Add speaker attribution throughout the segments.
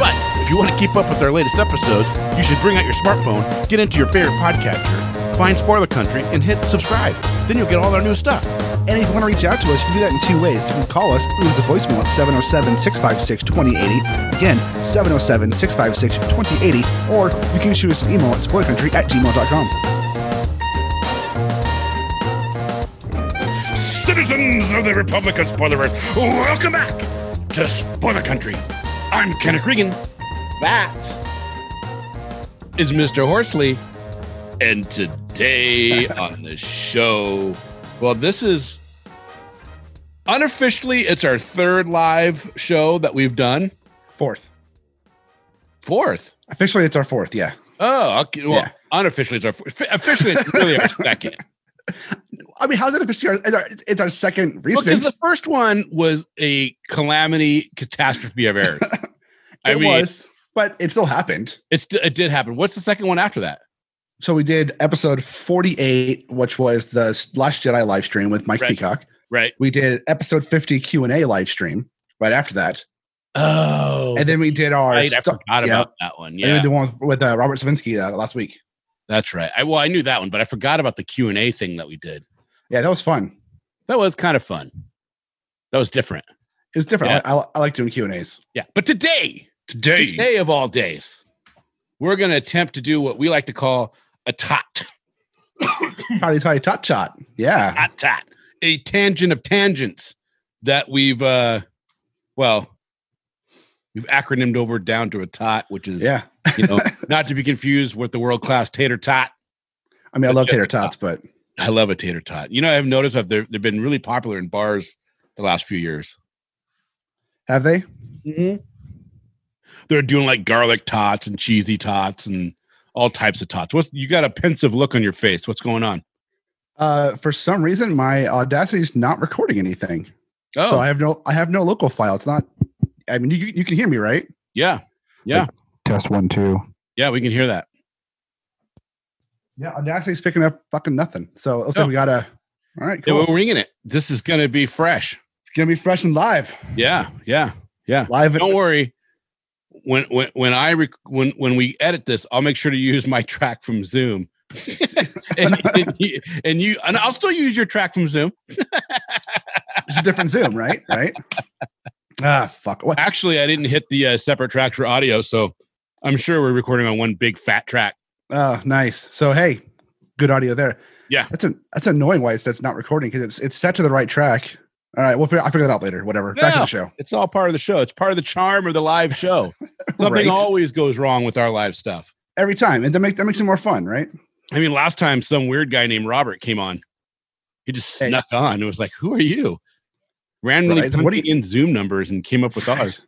Speaker 1: But if you want to keep up with our latest episodes, you should bring out your smartphone, get into your favorite podcatcher, find Spoiler Country, and hit subscribe. Then you'll get all our new stuff.
Speaker 2: And if you want to reach out to us, you can do that in two ways. You can call us, leave us a voicemail at 707 656 2080. Again, 707 656 2080. Or you can shoot us an email at spoilercountry at gmail.com.
Speaker 3: Citizens of the Republic of Spoilerverse, welcome back to Spoiler Country. I'm Kenneth Regan. That is Mr. Horsley. And today on the show, well, this is unofficially, it's our third live show that we've done.
Speaker 2: Fourth.
Speaker 3: Fourth.
Speaker 2: Officially, it's our fourth, yeah.
Speaker 3: Oh, okay. Well,
Speaker 2: Yeah.
Speaker 3: unofficially, it's our f- officially, it's really our second.
Speaker 2: I mean, how's it officially? Our, it's, our, it's our second
Speaker 3: Look,
Speaker 2: recent.
Speaker 3: the first one was a calamity catastrophe of errors. I
Speaker 2: it
Speaker 3: mean,
Speaker 2: was, but it still happened.
Speaker 3: it's it did happen. What's the second one after that?
Speaker 2: So we did episode 48, which was the Last Jedi live stream with Mike
Speaker 3: Right.
Speaker 2: Peacock.
Speaker 3: Right.
Speaker 2: We did episode 50 Q&A live stream right after that.
Speaker 3: Oh,
Speaker 2: And then we did our...
Speaker 3: right, I
Speaker 2: stu-
Speaker 3: forgot
Speaker 2: yeah.
Speaker 3: about that one.
Speaker 2: I did
Speaker 3: Yeah,
Speaker 2: the one with uh, Robert Savinsky uh, last week.
Speaker 3: that's right. I well, I knew that one, but I forgot about the Q and A thing that we did.
Speaker 2: Yeah, that was fun.
Speaker 3: That was kind of fun. That was different.
Speaker 2: It was different.
Speaker 3: Yeah.
Speaker 2: I, I, I like doing Q and A's.
Speaker 3: Yeah, but today, today, today of all days, we're going to attempt to do what we like to call a tot,
Speaker 2: Potty potty tot tot. Yeah,
Speaker 3: tot, tot, a tangent of tangents that we've, uh well, we've acronymed over down to a tot, which is
Speaker 2: yeah.
Speaker 3: you know, not to be confused with the world class tater tot.
Speaker 2: I mean, I love tater tots, but
Speaker 3: I love a tater tot. You know, I've noticed that they're, they've been really popular in bars the last few years.
Speaker 2: have they?
Speaker 3: They're doing like garlic tots and cheesy tots and all types of tots. What's you got a pensive look on your face? What's going on?
Speaker 2: Uh, for some reason, my Audacity is not recording anything,
Speaker 3: Oh.
Speaker 2: so I have no I have no local file. It's not. I mean, you you can hear me, right?
Speaker 3: yeah,
Speaker 2: Test one two.
Speaker 3: yeah, we can hear that.
Speaker 2: Yeah, Audacity's picking up fucking nothing. So it looks
Speaker 3: No.
Speaker 2: like we got to. All right,
Speaker 3: Oh. Yeah,
Speaker 2: cool.
Speaker 3: we're ringing it. This is gonna be fresh.
Speaker 2: it's gonna be fresh and live.
Speaker 3: Yeah, yeah, yeah.
Speaker 2: Live.
Speaker 3: Don't worry. When when when I rec- when when we edit this, I'll make sure to use my track from Zoom. and, and you, and you and I'll still use your track from Zoom.
Speaker 2: It's a different Zoom, right? Right. Ah, fuck. What?
Speaker 3: Actually, I didn't hit the uh, separate tracks for audio, so I'm sure we're recording on one big fat track.
Speaker 2: Oh, nice. So hey, good audio there.
Speaker 3: Yeah.
Speaker 2: that's an that's annoying. Why it's that's not recording because it's it's set to the right track. All right, we'll figure, I'll figure that out later. Whatever. Back to
Speaker 3: No.
Speaker 2: the show.
Speaker 3: It's all part of the show. It's part of the charm of the live show. Something
Speaker 2: Right.
Speaker 3: always goes wrong with our live stuff.
Speaker 2: Every time, and that makes that makes it more fun, right?
Speaker 3: I mean, last time some weird guy named Robert came on. He just
Speaker 2: Hey.
Speaker 3: snuck on and was like, "Who are you?" Randomly
Speaker 2: Right.
Speaker 3: punching
Speaker 2: What do
Speaker 3: in Zoom numbers and came up with ours.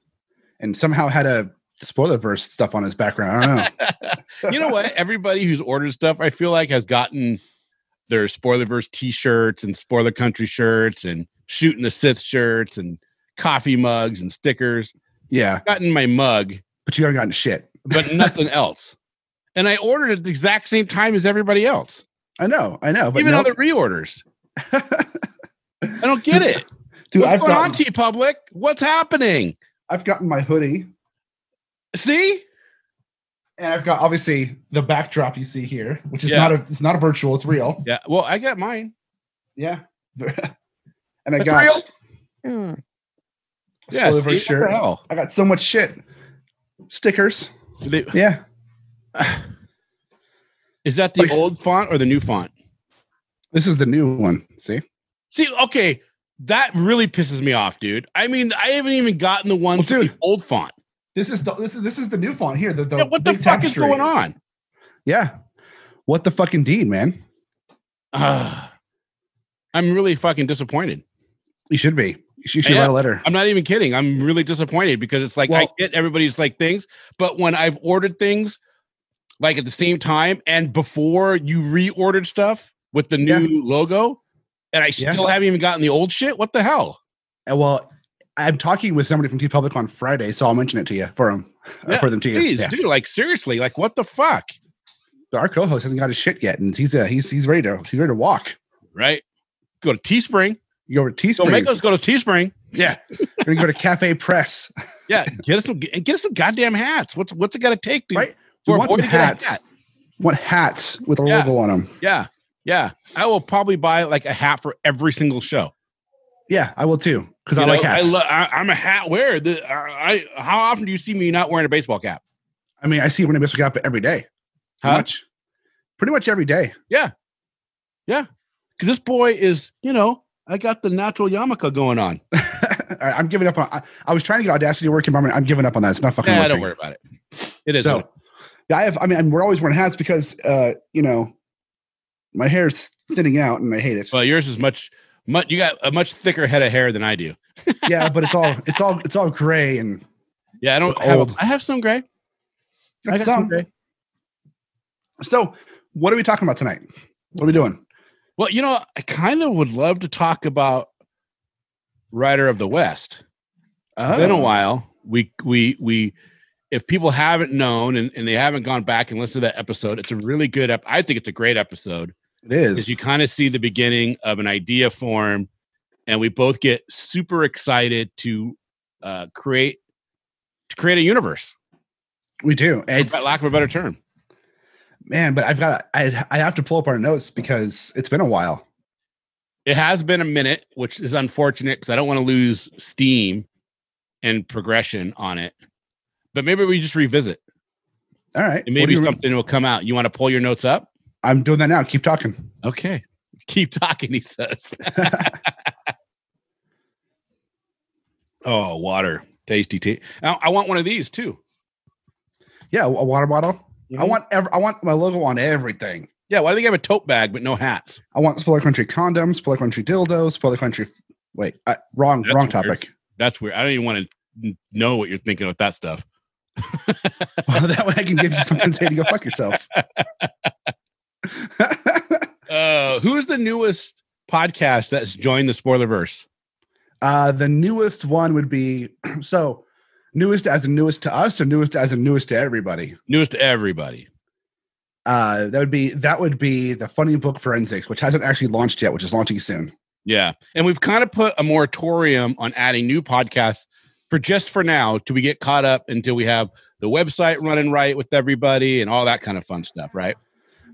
Speaker 2: And somehow had a spoiler verse stuff on his background. I don't know.
Speaker 3: you know what? Everybody who's ordered stuff, I feel like, has gotten their Spoilerverse T-shirts and Spoiler Country shirts and Shooting the Sith shirts and coffee mugs and stickers.
Speaker 2: yeah,
Speaker 3: Gotten my mug,
Speaker 2: but you haven't gotten shit.
Speaker 3: but nothing else. And I ordered at the exact same time as everybody else,
Speaker 2: I know, I know. But
Speaker 3: even
Speaker 2: no,
Speaker 3: on the reorders. I don't get it.
Speaker 2: dude,
Speaker 3: What's
Speaker 2: I've
Speaker 3: going on,
Speaker 2: gotten,
Speaker 3: T Public? What's happening?
Speaker 2: I've gotten my hoodie,
Speaker 3: See?
Speaker 2: and I've got obviously the backdrop you see here, which is
Speaker 3: Yeah.
Speaker 2: not a it's not a virtual, it's real.
Speaker 3: Yeah. Well, I got mine.
Speaker 2: Yeah, and I
Speaker 3: That's
Speaker 2: got
Speaker 3: real? Yeah.
Speaker 2: Spoilerverse
Speaker 3: See? What the
Speaker 2: shirt.
Speaker 3: hell?
Speaker 2: I got so much shit stickers.
Speaker 3: They-
Speaker 2: Yeah.
Speaker 3: Is that the old font or the new font?
Speaker 2: This is the new one. See?
Speaker 3: See, okay, that really pisses me off, dude. I mean, I haven't even gotten the one
Speaker 2: Well,
Speaker 3: for the
Speaker 2: dude.
Speaker 3: old font.
Speaker 2: This is the this is this is the new font here. The, the
Speaker 3: Yeah, what the
Speaker 2: big
Speaker 3: fuck is
Speaker 2: tapestry.
Speaker 3: going on?
Speaker 2: Yeah. What the fuck indeed, man?
Speaker 3: Ah, I'm really fucking disappointed.
Speaker 2: You should be. You should
Speaker 3: Yeah.
Speaker 2: write a letter.
Speaker 3: I'm not even kidding. I'm really disappointed because it's like I
Speaker 2: Well-
Speaker 3: get everybody's like things, but when I've ordered things like at the same time and before you reordered stuff with the new
Speaker 2: Yeah.
Speaker 3: logo, and I
Speaker 2: Yeah.
Speaker 3: still haven't even gotten the old shit, what the hell?
Speaker 2: Uh, Well, I'm talking with somebody from T Public on Friday, so I'll mention it to you for him.
Speaker 3: Yeah,
Speaker 2: for them to you.
Speaker 3: Please,
Speaker 2: Yeah.
Speaker 3: dude, like seriously, like what the fuck?
Speaker 2: Our co-host hasn't got his shit yet, and he's uh, he's he's ready to he's ready to walk.
Speaker 3: Right? Go to Teespring.
Speaker 2: You go to
Speaker 3: So
Speaker 2: Teespring.
Speaker 3: make us go to Teespring.
Speaker 2: yeah, we're gonna go to Cafe Press.
Speaker 3: Yeah, get us some get get us some goddamn hats. What's what's it gotta take, dude?
Speaker 2: Right?
Speaker 3: For
Speaker 2: We
Speaker 3: a
Speaker 2: want
Speaker 3: boy
Speaker 2: some
Speaker 3: to get a
Speaker 2: hats.
Speaker 3: hat?
Speaker 2: Want hats with a
Speaker 3: Yeah.
Speaker 2: logo on them?
Speaker 3: Yeah. Yeah. I will probably buy like a hat for every single show.
Speaker 2: Yeah, I will too because I
Speaker 3: You know,
Speaker 2: like hats.
Speaker 3: I
Speaker 2: I,
Speaker 3: lo- I, am a hat wearer. The, I, I, how often do you see me not wearing a baseball cap?
Speaker 2: mean, I see when I miss up every day. Pretty
Speaker 3: Huh?
Speaker 2: much, pretty much every day.
Speaker 3: Because this boy is, you know, I got the natural yarmulke going on.
Speaker 2: All right, I'm giving up on. I, I was trying to get Audacity to work environment. I'm giving up on that. It's not fucking.
Speaker 3: Nah,
Speaker 2: working.
Speaker 3: don't worry about it. It is.
Speaker 2: So, yeah, I have. I mean, and we're always wearing hats because, uh, you know, my hair's thinning out and I hate it.
Speaker 3: well, yours is much, much. You got a much thicker head of hair than I do.
Speaker 2: yeah, but it's all it's all it's all gray and
Speaker 3: Yeah, I don't.
Speaker 2: Look
Speaker 3: Have,
Speaker 2: old.
Speaker 3: I have some gray. I got
Speaker 2: some.
Speaker 3: gray.
Speaker 2: So, what are we talking about tonight? What are we doing?
Speaker 3: Well, you know, I kind of would love to talk about Rider of the West. It's
Speaker 2: Oh.
Speaker 3: been a while. We we we if people haven't known and, and they haven't gone back and listened to that episode, it's a really good ep- I think it's a great episode
Speaker 2: It
Speaker 3: because
Speaker 2: is.
Speaker 3: you kind of see the beginning of an idea form and we both get super excited to uh, create to create a universe,
Speaker 2: we do. It's
Speaker 3: for lack of a better term.
Speaker 2: man, but I've got I I have to pull up our notes because it's been a while.
Speaker 3: It has been a minute, which is unfortunate because I don't want to lose steam and progression on it. But maybe we just revisit
Speaker 2: All right.
Speaker 3: and
Speaker 2: what do
Speaker 3: maybe
Speaker 2: you-
Speaker 3: something will come out. You want to pull your notes up?
Speaker 2: I'm doing that now. Keep talking.
Speaker 3: Okay. Keep talking, he says. oh, water. Tasty tea. Now, I want one of these too.
Speaker 2: Yeah, a water bottle. I
Speaker 3: Mhm.
Speaker 2: want ev- I want my logo on everything.
Speaker 3: Yeah, why do they have a tote bag but no hats?
Speaker 2: I want spoiler country condoms, spoiler country dildos, spoiler country. Wait, uh, wrong,
Speaker 3: That's
Speaker 2: wrong
Speaker 3: weird.
Speaker 2: topic.
Speaker 3: That's weird. I don't even want to know what you're thinking with that stuff.
Speaker 2: Well, that way I can give you something to say to go fuck yourself.
Speaker 3: Uh, who's the newest podcast that's joined the spoilerverse?
Speaker 2: uh, the newest one would be so newest as in newest to us or newest as in newest to everybody.
Speaker 3: Newest to everybody.
Speaker 2: Uh, that would be that would be the funny book forensics, which hasn't actually launched yet, which is launching soon.
Speaker 3: Yeah. And we've kind of put a moratorium on adding new podcasts for just for now till we get caught up until we have the website running right with everybody and all that kind of fun stuff, right?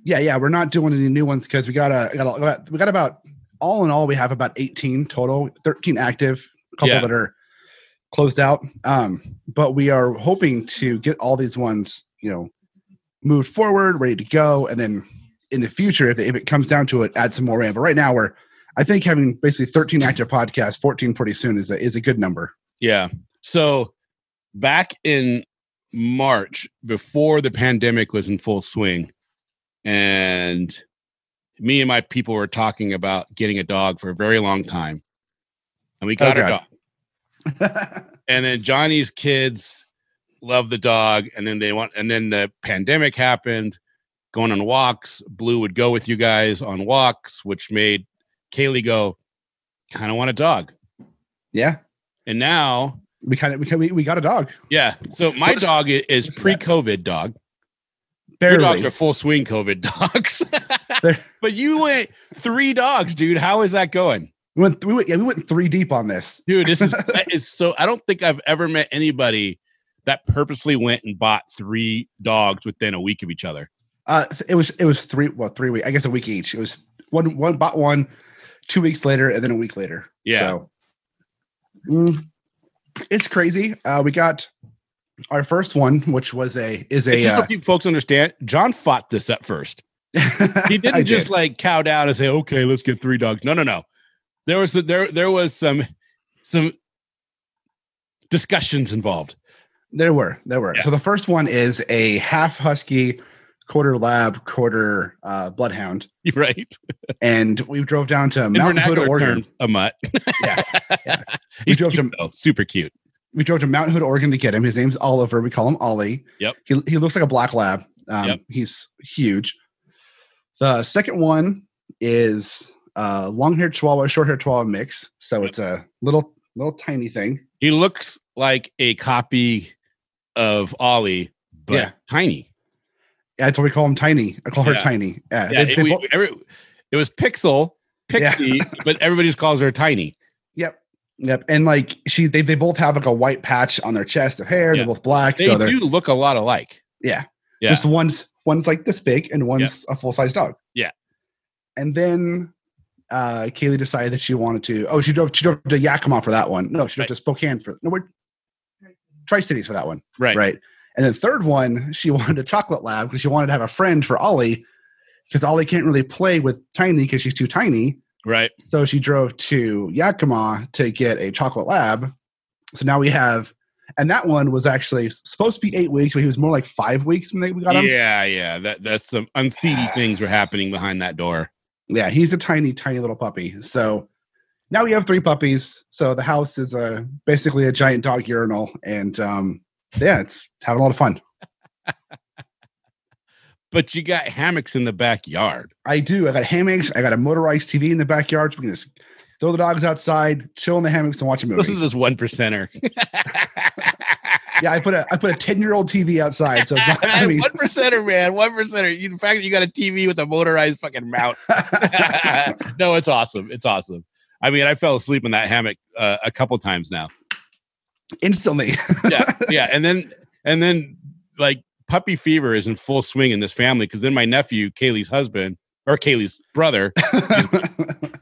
Speaker 2: Yeah, yeah, we're not doing any new ones because we got a got a- we got about all in all we have about eighteen total, thirteen active, couple
Speaker 3: Yeah.
Speaker 2: that are closed out. Um, but we are hoping to get all these ones, you know, moved forward, ready to go, and then in the future, if, if it comes down to it, add some more in. But right now, we're I think having basically thirteen active podcasts, fourteen pretty soon is a, is a good number.
Speaker 3: Yeah. So back in March, before the pandemic was in full swing, and me and my people were talking about getting a dog for a very long time. And we got
Speaker 2: Oh,
Speaker 3: a
Speaker 2: God.
Speaker 3: dog. And then Johnny's kids loved the dog. And then they want, and then the pandemic happened, going on walks. Blue would go with you guys on walks, which made Kaylee go, kind of want a dog.
Speaker 2: yeah,
Speaker 3: And now
Speaker 2: we kind of we, kinda- we we got a dog
Speaker 3: Yeah. So my
Speaker 2: What's-
Speaker 3: dog i- is
Speaker 2: what's that?
Speaker 3: pre-COVID dog. Your dogs
Speaker 2: barely.
Speaker 3: are full swing COVID dogs.
Speaker 2: They're-
Speaker 3: but you went three dogs, dude. How is that going?
Speaker 2: We went, we went yeah we went three deep on this.
Speaker 3: Dude, this is that is so I don't think I've ever met anybody that purposely went and bought three dogs within a week of each other.
Speaker 2: Uh, it was it was three well three weeks I guess a week each. It was one one bought one, two weeks later, and then a week later.
Speaker 3: Yeah.
Speaker 2: So, mm, it's crazy. Uh, we got our first one, which was a is
Speaker 3: And
Speaker 2: a
Speaker 3: just
Speaker 2: uh,
Speaker 3: so people folks understand, John fought this at first. He didn't
Speaker 2: uh, I
Speaker 3: just
Speaker 2: did.
Speaker 3: like cow down and say, "Okay, let's get three dogs." No, no, no. There was there there was some some discussions involved.
Speaker 2: there were there were
Speaker 3: Yeah.
Speaker 2: so the first one is a half husky quarter lab, quarter uh, bloodhound,
Speaker 3: You're right.
Speaker 2: and we drove down to
Speaker 3: In
Speaker 2: Mount Hood,
Speaker 3: vernacular
Speaker 2: Oregon.
Speaker 3: term, a mutt.
Speaker 2: Yeah, yeah.
Speaker 3: He's
Speaker 2: drove
Speaker 3: cute,
Speaker 2: some-
Speaker 3: though. super cute.
Speaker 2: We drove to Mount Hood, Oregon to get him. His name's Oliver. We call him Ollie.
Speaker 3: Yep.
Speaker 2: He he looks like a black lab. Um,
Speaker 3: Yep.
Speaker 2: He's huge. The second one is uh, long-haired Chihuahua, short-haired Chihuahua mix. So
Speaker 3: Yep.
Speaker 2: it's a little little tiny thing.
Speaker 3: He looks like a copy of Ollie, but
Speaker 2: Yeah.
Speaker 3: tiny.
Speaker 2: That's why we call him Tiny. I call her
Speaker 3: Yeah.
Speaker 2: Tiny. Uh,
Speaker 3: Yeah,
Speaker 2: they-
Speaker 3: it,
Speaker 2: they
Speaker 3: we-
Speaker 2: both-
Speaker 3: every- it was Pixel,
Speaker 2: Yeah.
Speaker 3: Pixie, but everybody just calls her Tiny.
Speaker 2: Yep. Yep. And like she they, they both have like a white patch on their chest of hair.
Speaker 3: Yeah.
Speaker 2: They're both black.
Speaker 3: They
Speaker 2: so they're
Speaker 3: do look a lot alike.
Speaker 2: yeah.
Speaker 3: Yeah.
Speaker 2: Just one's one's like this big and one's a full size dog.
Speaker 3: Yeah.
Speaker 2: And then uh Kaylee decided that she wanted to oh she drove she drove to Yakima for that one. No, she drove
Speaker 3: Right.
Speaker 2: to Spokane for no where Tri Cities for that one.
Speaker 3: Right.
Speaker 2: Right. And then third one, she wanted a chocolate lab because she wanted to have a friend for Ollie. Because Ollie can't really play with Tiny because she's too tiny.
Speaker 3: Right.
Speaker 2: So she drove to Yakima to get a chocolate lab. So now we have, and that one was actually s- supposed to be eight weeks, but he was more like five weeks when they, we got Ah. him.
Speaker 3: Yeah, yeah. That that's some unseedy things were happening behind that door.
Speaker 2: Yeah, he's a tiny, tiny little puppy. So now we have three puppies. So the house is a basically a giant dog urinal, and um, yeah, it's having a lot of fun.
Speaker 3: But you got hammocks in the backyard.
Speaker 2: I do. I got hammocks. I got a motorized TV in the backyard. So we can just throw the dogs outside, chill in the hammocks, and watch a
Speaker 3: Listen
Speaker 2: movie.
Speaker 3: to this one percenter.
Speaker 2: Yeah, I put a I put a ten year old TV outside. So it's not, I mean,
Speaker 3: one percenter, man. One percenter. You- The fact that you got a TV with a motorized fucking mount. no, it's awesome. It's awesome. I mean, I fell asleep in that hammock uh, a couple times now.
Speaker 2: instantly.
Speaker 3: yeah, and then and then like puppy fever is in full swing in this family because then my nephew, Kaylee's husband, or Kaylee's brother.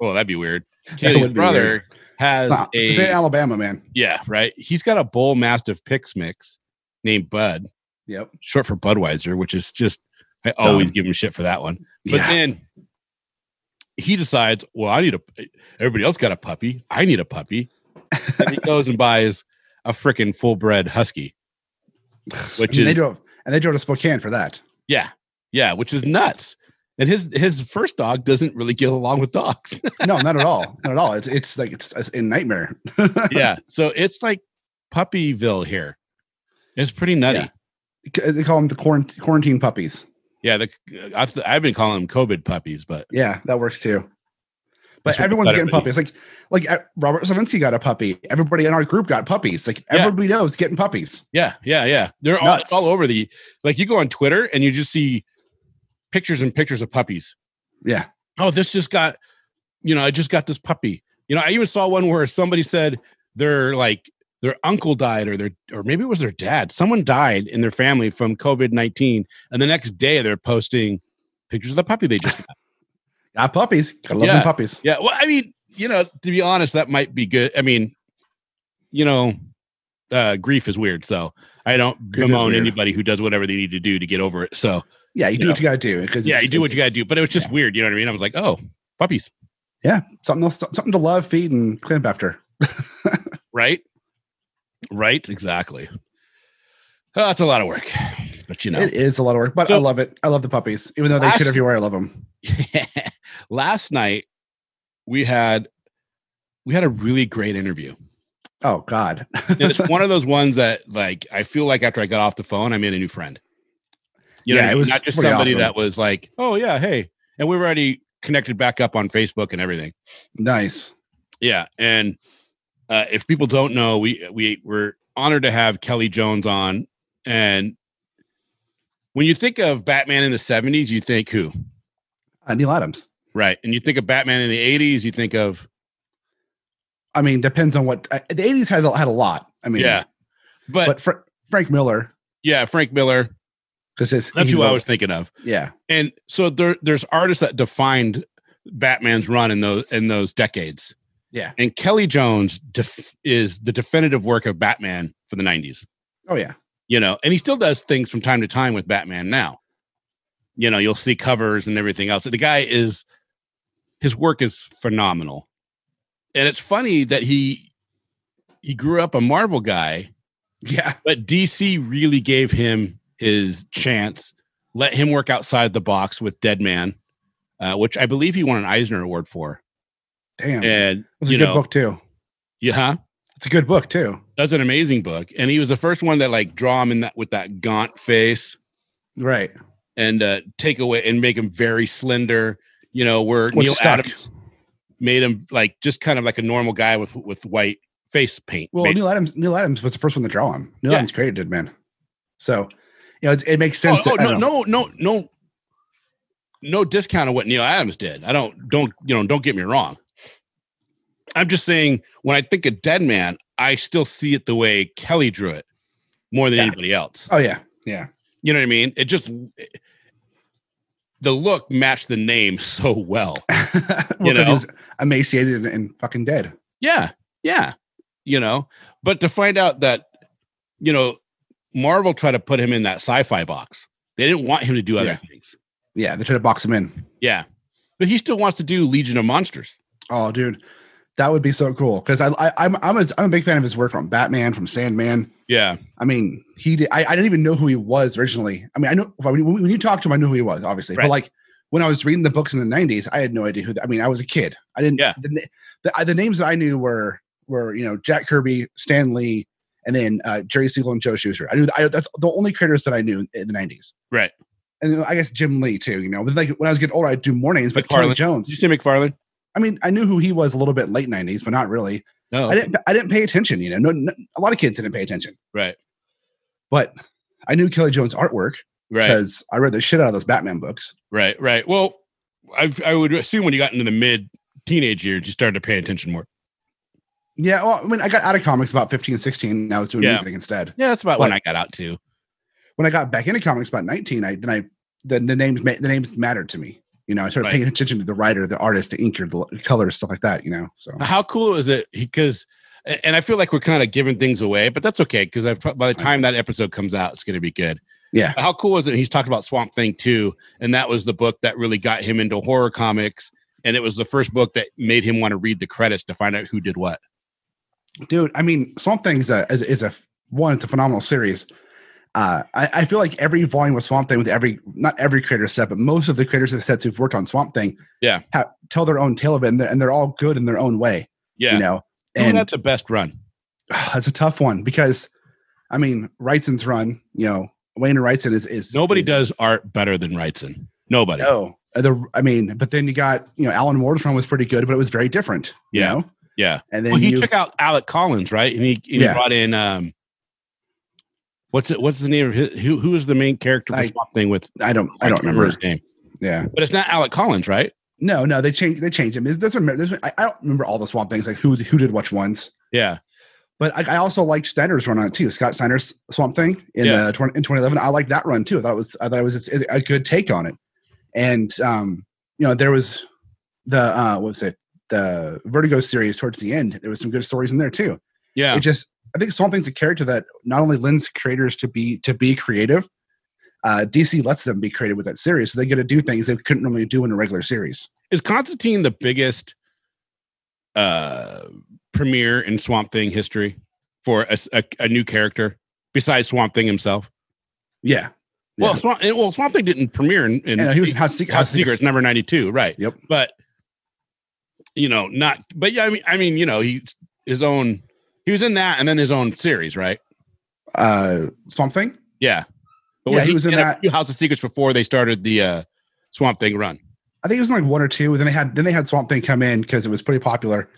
Speaker 3: well, that'd be weird. Kaylee's
Speaker 2: would be
Speaker 3: brother
Speaker 2: weird.
Speaker 3: has
Speaker 2: Nah,
Speaker 3: a
Speaker 2: it's in Alabama, man.
Speaker 3: yeah, right. He's got a bull mastiff pix mix named Bud,
Speaker 2: Yep.
Speaker 3: short for Budweiser, which is just I always give him shit for that one. But
Speaker 2: yeah.
Speaker 3: then he decides, well, I need a. Everybody else got a puppy. I need a puppy. and he goes and buys a freaking full bred husky, which
Speaker 2: and they
Speaker 3: is
Speaker 2: drove and they drove to Spokane for that.
Speaker 3: yeah, yeah, which is nuts. And his his first dog doesn't really get along with dogs.
Speaker 2: No, not at all. Not at all. It's it's like it's, it's a nightmare.
Speaker 3: yeah, so it's like Puppyville here. It's pretty nutty.
Speaker 2: Yeah. they call them the quarant- quarantine puppies.
Speaker 3: Yeah, the, I've, I've been calling them COVID puppies, but
Speaker 2: Yeah, that works too.
Speaker 3: That's
Speaker 2: But
Speaker 3: what
Speaker 2: everyone's
Speaker 3: better
Speaker 2: getting
Speaker 3: would be.
Speaker 2: puppies. Like like uh, Robert Savinsky got a puppy. Everybody in our group got puppies. Like
Speaker 3: Yeah.
Speaker 2: everybody knows getting puppies.
Speaker 3: yeah, yeah, yeah. They're all,
Speaker 2: Nuts.
Speaker 3: all over the like. You go on Twitter and you just see pictures and pictures of puppies.
Speaker 2: Yeah.
Speaker 3: Oh, this just got, you know, I just got this puppy. You know, I even saw one where somebody said their like their uncle died or their or maybe it was their dad. Someone died in their family from COVID nineteen, and the next day they're posting pictures of the puppy they just. Got.
Speaker 2: Got puppies. Gotta love
Speaker 3: Yeah.
Speaker 2: them puppies.
Speaker 3: yeah, well, I mean, you know, to be honest, that might be good. I mean, you know, uh, grief is weird, so I don't
Speaker 2: Grief is
Speaker 3: bemoan
Speaker 2: weird.
Speaker 3: anybody who does whatever they need to do to get over it. So
Speaker 2: Yeah, you do
Speaker 3: Yeah.
Speaker 2: what you gotta do. Because
Speaker 3: yeah, you do what you got to do, but it was just weird. You know what I mean? I was like, oh, puppies,
Speaker 2: Yeah, something else, something to love, feed, and clean up after.
Speaker 3: right? Right, exactly. Oh, that's a lot of work, but you know,
Speaker 2: It is a lot of work, but I
Speaker 3: So-
Speaker 2: love it. I love the puppies, even though they
Speaker 3: Last-
Speaker 2: shit everywhere. I love them.
Speaker 3: last night we had we had a really great interview.
Speaker 2: Oh God.
Speaker 3: and it's one of those ones that like I feel like after I got off the phone, I made a new friend. You know,
Speaker 2: Yeah,
Speaker 3: what I
Speaker 2: it
Speaker 3: mean?
Speaker 2: was
Speaker 3: not just
Speaker 2: pretty
Speaker 3: somebody
Speaker 2: awesome.
Speaker 3: that was like, "Oh yeah, hey," and we were already connected back up on Facebook and everything.
Speaker 2: nice.
Speaker 3: Yeah, and uh, if people don't know, we we were honored to have Kelly Jones on, and when you think of Batman in the '70s, you think who,
Speaker 2: Uh, Neil Adams.
Speaker 3: right? And you think of Batman in the '80s, you think of
Speaker 2: I mean, depends on what uh, the '80s has a- had a lot. I mean,
Speaker 3: yeah, but,
Speaker 2: but, Fra- Frank Miller,
Speaker 3: yeah, Frank Miller.
Speaker 2: because his
Speaker 3: That's
Speaker 2: he
Speaker 3: who I was
Speaker 2: loved-
Speaker 3: thinking of.
Speaker 2: Yeah,
Speaker 3: and so there there's artists that defined Batman's run in those in those decades.
Speaker 2: Yeah.
Speaker 3: And Kelly Jones def- is the definitive work of Batman for the 90s,
Speaker 2: oh yeah,
Speaker 3: you know. And he still does things from time to time with Batman now. You know, you'll see covers and everything else. The guy is his work is phenomenal. And it's funny that he he grew up a Marvel guy
Speaker 2: yeah,
Speaker 3: but DC really gave him his chance let him work outside the box with Dead Man, uh, which I believe he won an Eisner Award for.
Speaker 2: Damn.
Speaker 3: And
Speaker 2: it's a
Speaker 3: you
Speaker 2: good
Speaker 3: know,
Speaker 2: book too.
Speaker 3: yeah, huh?
Speaker 2: It's a good book too.
Speaker 3: that's an amazing book. And he was the first one that like draw him in that with that gaunt face
Speaker 2: Right.
Speaker 3: and uh, take away and make him very slender. You know, where
Speaker 2: What
Speaker 3: Neil
Speaker 2: stuck?
Speaker 3: Adams made him like just kind of like a normal guy with with white face paint.
Speaker 2: Well,
Speaker 3: basically.
Speaker 2: Neil Adams. Neil Adams was the first one to draw him. Neil
Speaker 3: Yeah.
Speaker 2: Adams created Dead Man. So, you know, it, it makes
Speaker 3: Oh,
Speaker 2: sense.
Speaker 3: oh,
Speaker 2: that, I
Speaker 3: no,
Speaker 2: don't know.
Speaker 3: no, no, no, no discount of what Neil Adams did. I don't, don't, you know, don't get me wrong. I'm just saying when I think of Dead Man, I still see it the way Kelly drew it more than
Speaker 2: Yeah.
Speaker 3: anybody else.
Speaker 2: Oh yeah, yeah.
Speaker 3: You know what I mean? It just the look matched the name so well.
Speaker 2: Well, 'cause
Speaker 3: know?
Speaker 2: he was emaciated and, and fucking dead.
Speaker 3: Yeah, yeah. You know, but to find out that you know Marvel tried to put him in that sci-fi box. They didn't want him to do other
Speaker 2: Yeah.
Speaker 3: things.
Speaker 2: Yeah, they tried to box him in.
Speaker 3: Yeah. But he still wants to do Legion of Monsters.
Speaker 2: Oh, dude, that would be so cool. Because I, I, I'm, I'm a, I'm a big fan of his work from Batman, from Sandman.
Speaker 3: Yeah.
Speaker 2: I mean, he did. I, I didn't even know who he was originally. I mean, I know when, when when you talked to him, I knew who he was, obviously.
Speaker 3: Right.
Speaker 2: But like when I was reading the books in the '90s, I had no idea who. The, I mean, I was a kid. I didn't.
Speaker 3: Yeah.
Speaker 2: The, na- the, I- the names that I knew were were you know Jack Kirby, Stan Lee, and then uh, Jerry Siegel and Joe Shuster. I knew I, that's the only creators that I knew in the '90s.
Speaker 3: Right.
Speaker 2: And you know, I guess Jim Lee too. You know, but like when I was getting older, I'd do more names. But Carly
Speaker 3: McFarlane.
Speaker 2: Jones.
Speaker 3: Did you say McFarlane?
Speaker 2: I mean, I knew who he was a little bit late '90s, but not really.
Speaker 3: No.
Speaker 2: I didn't. I didn't pay attention. You know, no, no, a lot of kids didn't pay attention,
Speaker 3: Right.
Speaker 2: but I knew Kelly Jones' artwork
Speaker 3: Right.
Speaker 2: because I read the shit out of those Batman books.
Speaker 3: Right. Right. Well, I I would assume when you got into the mid teenage years, you started to pay attention more.
Speaker 2: Yeah, well, I mean, I got out of comics about 15, 16. And I was doing
Speaker 3: Yeah.
Speaker 2: music instead.
Speaker 3: Yeah, that's about when
Speaker 2: But-
Speaker 3: I got out too.
Speaker 2: When I got back into comics about 19, I then I the, the names ma- the names mattered to me. You know, I started
Speaker 3: Right.
Speaker 2: paying attention to the writer, the artist, the inker, the l- colors, stuff like that. You know, so
Speaker 3: How cool is it? Because and I feel like we're kind of giving things away, but that's okay because by the
Speaker 2: It's fine.
Speaker 3: time that episode comes out, it's going to be good.
Speaker 2: Yeah.
Speaker 3: How cool is it? He's talking about Swamp Thing too, and that was the book that really got him into horror comics, and it was the first book that made him want to read the credits to find out who did what.
Speaker 2: dude i mean swamp thing is a is, is a one it's a phenomenal series uh I, I feel like every volume of swamp thing with every not every creator set but most of the creators of sets who've worked on swamp thing
Speaker 3: Yeah.
Speaker 2: have, tell their own tale of it and they're, and they're all good in their own way
Speaker 3: Yeah.
Speaker 2: you know
Speaker 3: Who
Speaker 2: and
Speaker 3: had the best run?
Speaker 2: it's a tough one because i mean wrightson's run you know wayne and wrightson is is
Speaker 3: Nobody
Speaker 2: is-
Speaker 3: does art better than Wrightson. Nobody.
Speaker 2: no Uh, the i mean but then you got you know alan ward's run was pretty good but it was very different you
Speaker 3: Yeah.
Speaker 2: know
Speaker 3: Yeah.
Speaker 2: and then
Speaker 3: Well, he
Speaker 2: you
Speaker 3: took out Alec Collins, right? And he, and he
Speaker 2: Yeah.
Speaker 3: brought in um what's it what's the name of his, who who is the main character for
Speaker 2: I-
Speaker 3: Swamp Thing with
Speaker 2: i don't i
Speaker 3: can't
Speaker 2: don't remember
Speaker 3: his name.
Speaker 2: yeah
Speaker 3: But it's not Alec Collins, right?
Speaker 2: No, no, they changed. They changed him. There's, there's, there's, I, I don't remember all the Swamp Things like who who did which ones,
Speaker 3: Yeah.
Speaker 2: but I, I also liked Steiner's run on it too. Scott Steiner's Swamp Thing in
Speaker 3: Yeah.
Speaker 2: the 20, in 2011. I liked that run too. I thought it was I thought it was a, a good take on it. And um, you know, there was the uh, what was it the Vertigo series towards the end. There was some good stories in there too.
Speaker 3: Yeah.
Speaker 2: It just I think Swamp Thing's a character that not only lends creators to be to be creative. Uh, DC lets them be creative with that series, so they get to do things they couldn't normally do in a regular series.
Speaker 3: Is Constantine the biggest uh premiere in Swamp Thing history for a, s- a- a new character besides Swamp Thing himself?
Speaker 2: Yeah.
Speaker 3: Well,
Speaker 2: Yeah.
Speaker 3: Swamp, well, Swamp Thing didn't premiere in, in
Speaker 2: And he was in House, Sec-
Speaker 3: House
Speaker 2: House
Speaker 3: of Secrets,
Speaker 2: Secret.
Speaker 3: number 92, right.
Speaker 2: Yep.
Speaker 3: But you know, not but yeah, I mean I mean, you know, he his own he was in that and then his own series, right?
Speaker 2: Uh, Swamp Thing.
Speaker 3: Yeah. But
Speaker 2: Yeah, he was in that-
Speaker 3: a few House of Secrets before they started the uh Swamp Thing run.
Speaker 2: I think it was like one or two. Then they had then they had Swamp Thing come in because it was pretty popular,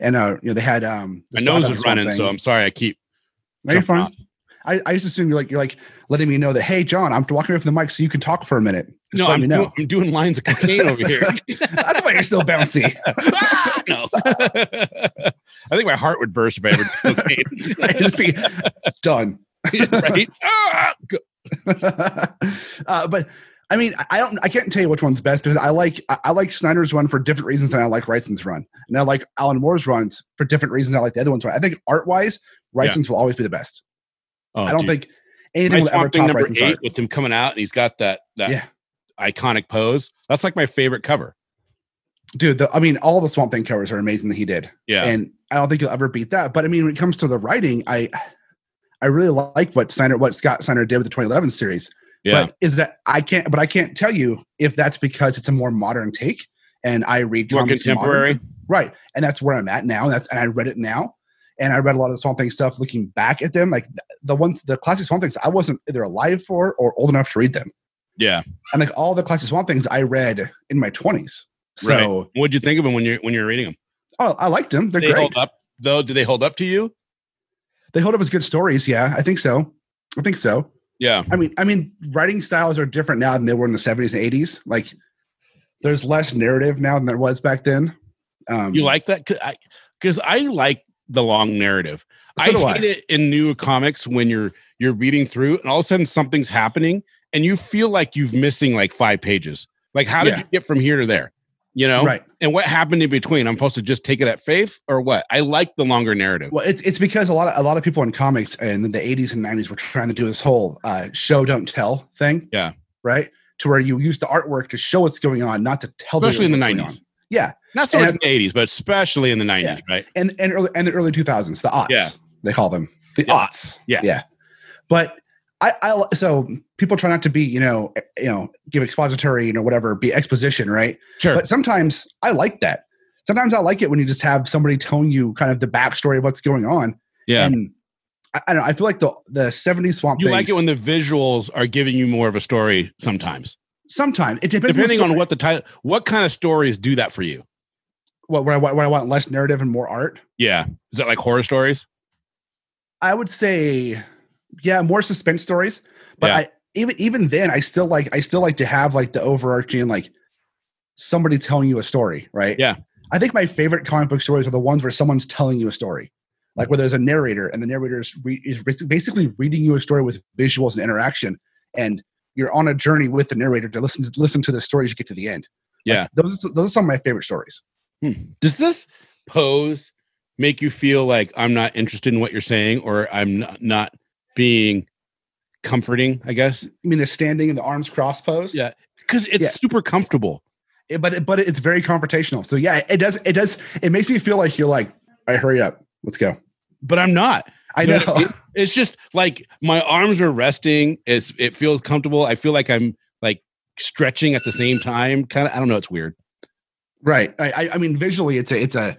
Speaker 2: and uh, you know they had um. the
Speaker 3: My nose
Speaker 2: saga of
Speaker 3: is
Speaker 2: Swamp
Speaker 3: running,
Speaker 2: Thing.
Speaker 3: so I'm sorry I keep
Speaker 2: No, you're
Speaker 3: jumping
Speaker 2: fine.
Speaker 3: off.
Speaker 2: I, I just assume you're like you're like letting me know that hey John, I'm walking away from the mic so you can talk for a minute. Just
Speaker 3: no,
Speaker 2: let
Speaker 3: I'm,
Speaker 2: me know.
Speaker 3: Doing, I'm doing lines of cocaine over here.
Speaker 2: That's why you're still bouncy.
Speaker 3: Ah, no. I think my heart would burst if I ever did cocaine.
Speaker 2: I just be done.
Speaker 3: right? Ah! Go-
Speaker 2: uh, but I mean, I- I don't, I can't tell you which one's best because I like, I, I like Snyder's run for different reasons than I like Wrightson's run, and I like Alan Moore's runs for different reasons. than I like the other one's run. I think art wise, Wrightson's will always be the best.
Speaker 3: Oh,
Speaker 2: I don't
Speaker 3: dude.
Speaker 2: think anything
Speaker 3: My
Speaker 2: will ever
Speaker 3: Swamp Thing
Speaker 2: top
Speaker 3: number
Speaker 2: Wrightson's
Speaker 3: eight
Speaker 2: art.
Speaker 3: with him coming out and he's got that that
Speaker 2: Yeah.
Speaker 3: iconic pose. That's like my favorite cover.
Speaker 2: Dude, the, I mean, all the Swamp Thing covers are amazing that he did,
Speaker 3: Yeah.
Speaker 2: and I don't think you'll ever beat that. But I mean, when it comes to the writing, I, I really like what Snyder, what Scott Snyder did with the 2011 series.
Speaker 3: Yeah.
Speaker 2: But is that I can't? But I can't tell you if that's because it's a more modern take, and I read
Speaker 3: More
Speaker 2: comics modern-
Speaker 3: contemporary.
Speaker 2: right? And that's where I'm at now. And that's and I read it now, and I read a lot of the Swamp Thing stuff. Looking back at them, like th- the ones, the classic Swamp Things, I wasn't either alive for or old enough to read them.
Speaker 3: Yeah.
Speaker 2: And like all the classic Swamp Things, I read in my 20s. So
Speaker 3: right. What'd you think of them when you're when you're reading them?
Speaker 2: oh, I liked them. They're
Speaker 3: They
Speaker 2: great.
Speaker 3: hold up though. Do they hold up to you?
Speaker 2: they hold up as good stories. Yeah, I think so. I think so.
Speaker 3: Yeah.
Speaker 2: I mean, I mean, writing styles are different now than they were in the 70s and 80s. Like, there's less narrative now than there was back then. Um,
Speaker 3: You like that? Cause I, 'cause I like the long narrative.
Speaker 2: So
Speaker 3: I
Speaker 2: do I.
Speaker 3: hate it in new comics when you're you're reading through and all of a sudden something's happening and you feel like you've missing like five pages. Like how did
Speaker 2: Yeah.
Speaker 3: you get from here to there? You know,
Speaker 2: right?
Speaker 3: and what happened in between? I'm supposed to just take it at faith or what? I like the longer narrative.
Speaker 2: Well, it's it's because a lot of a lot of people in comics and in the 80s and 90s were trying to do this whole uh, show don't tell thing.
Speaker 3: Yeah.
Speaker 2: Right. To where you use the artwork to show what's going on, not to tell. the
Speaker 3: Especially in the
Speaker 2: audience what's
Speaker 3: 90s.
Speaker 2: going on. Yeah,
Speaker 3: Not so much in
Speaker 2: and-
Speaker 3: the 80s, but especially in the 90s, right?
Speaker 2: and and early and the early 2000s, the aughts
Speaker 3: Yeah.
Speaker 2: they call them the
Speaker 3: Yeah.
Speaker 2: aughts.
Speaker 3: Yeah.
Speaker 2: yeah. But I, I so people try not to be you know eh, you know give expository you know whatever be exposition right.
Speaker 3: Sure.
Speaker 2: But sometimes I like that. Sometimes I like it when you just have somebody telling you kind of the backstory of what's going on.
Speaker 3: yeah.
Speaker 2: And I, I don't know. I feel like the the 70s swamp.
Speaker 3: You like it
Speaker 2: Things-
Speaker 3: when the visuals are giving you more of a story sometimes,
Speaker 2: Sometimes it depends
Speaker 3: depending
Speaker 2: on,
Speaker 3: on what the title, what kind of stories do that for you?
Speaker 2: what, what, I, want- what I want less narrative and more art.
Speaker 3: Yeah. Is that like horror stories?
Speaker 2: I would say, yeah, more suspense stories. But
Speaker 3: Yeah.
Speaker 2: I even even then, I still like I still like to have like the overarching like somebody telling you a story, right?
Speaker 3: Yeah.
Speaker 2: I think my favorite comic book stories are the ones where someone's telling you a story,
Speaker 3: Hmm.
Speaker 2: like where there's a narrator and the narrator is, re- is basi- basically reading you a story with visuals and interaction, and you're on a journey with the narrator to listen to listen to the story as you get to the end. Like,
Speaker 3: Yeah.
Speaker 2: those those are some of my favorite stories.
Speaker 3: Does this pose make you feel like I'm not interested in what you're saying or I'm not, not being comforting, I guess?
Speaker 2: I mean, the standing and the arms cross pose.
Speaker 3: Yeah. Because it's
Speaker 2: Yeah.
Speaker 3: super comfortable.
Speaker 2: it- but it, but it's very confrontational. So yeah, it does it does it makes me feel like you're like, all right, hurry up, let's go.
Speaker 3: But I'm not.
Speaker 2: I
Speaker 3: You
Speaker 2: know.
Speaker 3: know what I mean? It's just like my arms are resting. It's it feels comfortable. I feel like I'm like stretching at the same time. Kind of I don't know, it's weird.
Speaker 2: right. I, I I mean visually it's a it's a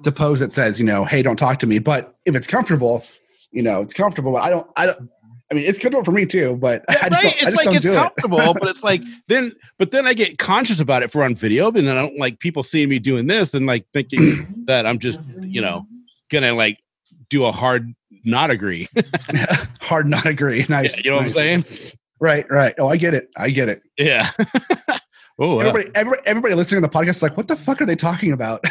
Speaker 2: it's a pose that says, you know, hey, don't talk to me. But if it's comfortable, you know, it's comfortable. But I don't I don't I mean it's comfortable for me too, but I just don't I just don't do it.
Speaker 3: comfortable, but it's like then but then I get conscious about it for on video, and then I don't like people seeing me doing this and like thinking that I'm just, you know, gonna like do a hard not agree.
Speaker 2: Hard not agree. Nice.
Speaker 3: you know what I'm
Speaker 2: nice.
Speaker 3: saying?
Speaker 2: Right, right. Oh, I get it. I get it.
Speaker 3: Yeah. oh wow.
Speaker 2: Everybody, everybody, everybody listening to the podcast is like, what the fuck are they talking about?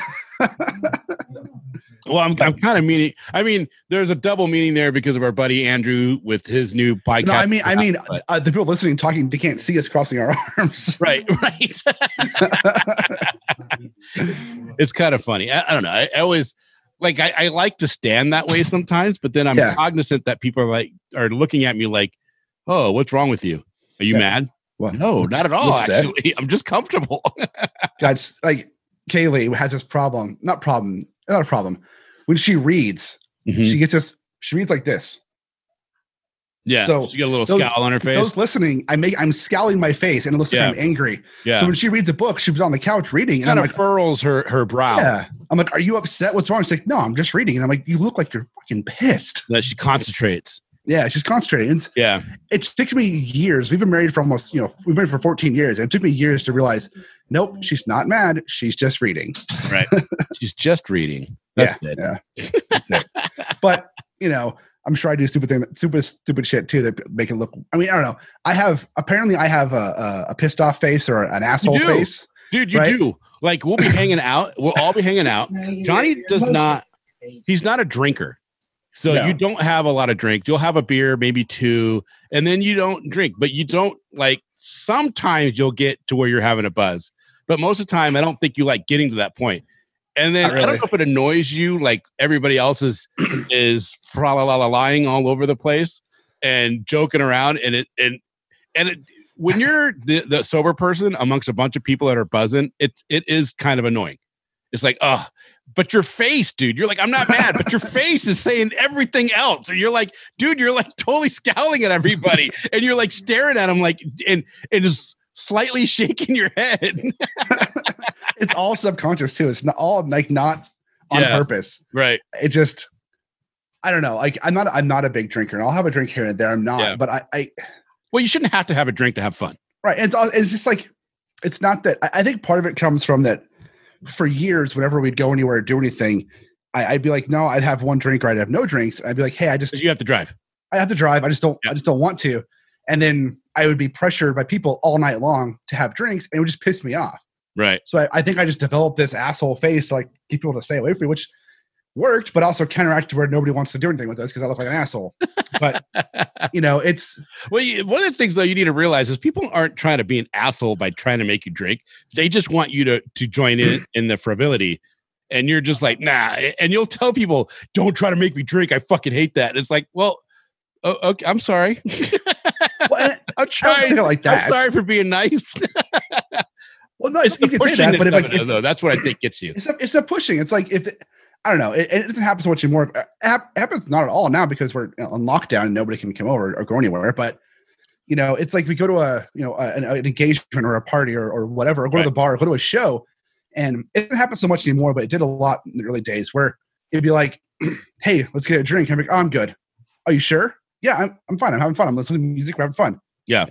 Speaker 3: Well, I'm, I'm kind of meaning. I mean, there's a double meaning there because of our buddy Andrew with his new podcast.
Speaker 2: no, I mean, I mean,
Speaker 3: But-
Speaker 2: uh, the people listening talking, they can't see us crossing our arms.
Speaker 3: right, right. it's kind of funny. I, I don't know. I, I always like. I, I like to stand that way sometimes, but then I'm
Speaker 2: Yeah.
Speaker 3: cognizant that people are like are looking at me like, "Oh, what's wrong with you? Are you
Speaker 2: Yeah.
Speaker 3: mad?
Speaker 2: Well,
Speaker 3: No,
Speaker 2: looks-
Speaker 3: not at all.
Speaker 2: looks sad.
Speaker 3: Actually, I'm just comfortable.
Speaker 2: God's like Kaylee has this problem, not problem, not a problem. When she reads, she gets this. She reads like this.
Speaker 3: Yeah.
Speaker 2: So,
Speaker 3: So you got a little
Speaker 2: those-
Speaker 3: scowl on her face.
Speaker 2: Those listening, I make I'm scowling my face and listening.
Speaker 3: Yeah.
Speaker 2: I'm angry.
Speaker 3: yeah.
Speaker 2: So when she reads a book, she was on the couch reading, and
Speaker 3: kind
Speaker 2: I'm
Speaker 3: of
Speaker 2: like,
Speaker 3: furrows her her brow.
Speaker 2: yeah. I'm like, are you upset? What's wrong? She's like, no, I'm just reading, and I'm like, you look like you're fucking pissed.
Speaker 3: That she concentrates.
Speaker 2: Yeah, she's concentrating. It's-
Speaker 3: Yeah.
Speaker 2: It takes me years. We've been married for almost, you know, we've been married for 14 years, and it took me years to realize, nope, she's not mad. She's just reading.
Speaker 3: She's just reading. That's it.
Speaker 2: Yeah. That's it. But you know, I'm sure I do stupid thing, stupid, stupid shit too that make it look. I mean, I don't know. I have apparently I have a a, a pissed off face or an asshole
Speaker 3: do.
Speaker 2: face.
Speaker 3: Dude, you
Speaker 2: Right?
Speaker 3: do. Like we'll be hanging out. We'll all be hanging out. Johnny does not he's not a drinker. So
Speaker 2: No.
Speaker 3: you don't have a lot of drink. You'll have a beer, maybe two, and then you don't drink. But you don't like sometimes you'll get to where you're having a buzz. But most of the time I don't think you like getting to that point. And then
Speaker 2: Not
Speaker 3: I
Speaker 2: really.
Speaker 3: don't know if it annoys you like everybody else is is fra la la la lying all over the place and joking around and it and and it when you're the, the sober person amongst a bunch of people that are buzzing, it it is kind of annoying. It's like, oh, But your face, dude, you're like, I'm not mad, but your face is saying everything else. And you're like, dude, you're like totally scowling at everybody. And you're like staring at them like and and just slightly shaking your head.
Speaker 2: It's all subconscious too. It's not all like not on
Speaker 3: Yeah.
Speaker 2: purpose.
Speaker 3: right.
Speaker 2: it just I don't know. Like I'm not I'm not a big drinker and I'll have a drink here and there. I'm not,
Speaker 3: Yeah.
Speaker 2: but I, I
Speaker 3: Well, you shouldn't have to have a drink to have fun.
Speaker 2: right. It's all it's just like it's not that I, I think part of it comes from that for years, whenever we'd go anywhere or do anything, I, I'd be like, no, I'd have one drink or I'd have no drinks. I'd be like, hey, I just
Speaker 3: 'Cause You have to drive.
Speaker 2: I have to drive. I just don't
Speaker 3: Yeah.
Speaker 2: I just don't want to. And then I would be pressured by people all night long to have drinks and it would just piss me off.
Speaker 3: Right.
Speaker 2: So I, I think I just developed this asshole face to like get people to stay away from me, which worked, but also counteracted where nobody wants to do anything with us because I look like an asshole. But you know, it's
Speaker 3: Well, you, one of the things though you need to realize is people aren't trying to be an asshole by trying to make you drink. They just want you to to join in in the frivolity, and you're just like nah. And you'll tell people, "Don't try to make me drink. I fucking hate that." And it's like, well, oh, okay, I'm sorry.
Speaker 2: well, eh,
Speaker 3: I'm
Speaker 2: I don't say
Speaker 3: trying.
Speaker 2: it like
Speaker 3: I'm
Speaker 2: that.
Speaker 3: sorry for being nice.
Speaker 2: well, no, it's, you can say that, but if, like,
Speaker 3: no,
Speaker 2: if,
Speaker 3: no, that's what I think gets you.
Speaker 2: it's not, it's not pushing. It's like if I don't know, it, it doesn't happen so much anymore. It hap- happens not at all now because we're on lockdown and nobody can come over or go anywhere. But you know, it's like we go to a you know a- an, an engagement or a party or, or whatever, or go
Speaker 3: Right.
Speaker 2: to the bar, or go to a show, and it doesn't happen so much anymore. But it did a lot in the early days where it'd be like, "Hey, let's get a drink." I'm like, oh, "I'm good." Are you sure? Yeah, I'm, I'm fine. I'm having fun. I'm listening to music. We're having fun.
Speaker 3: Yeah.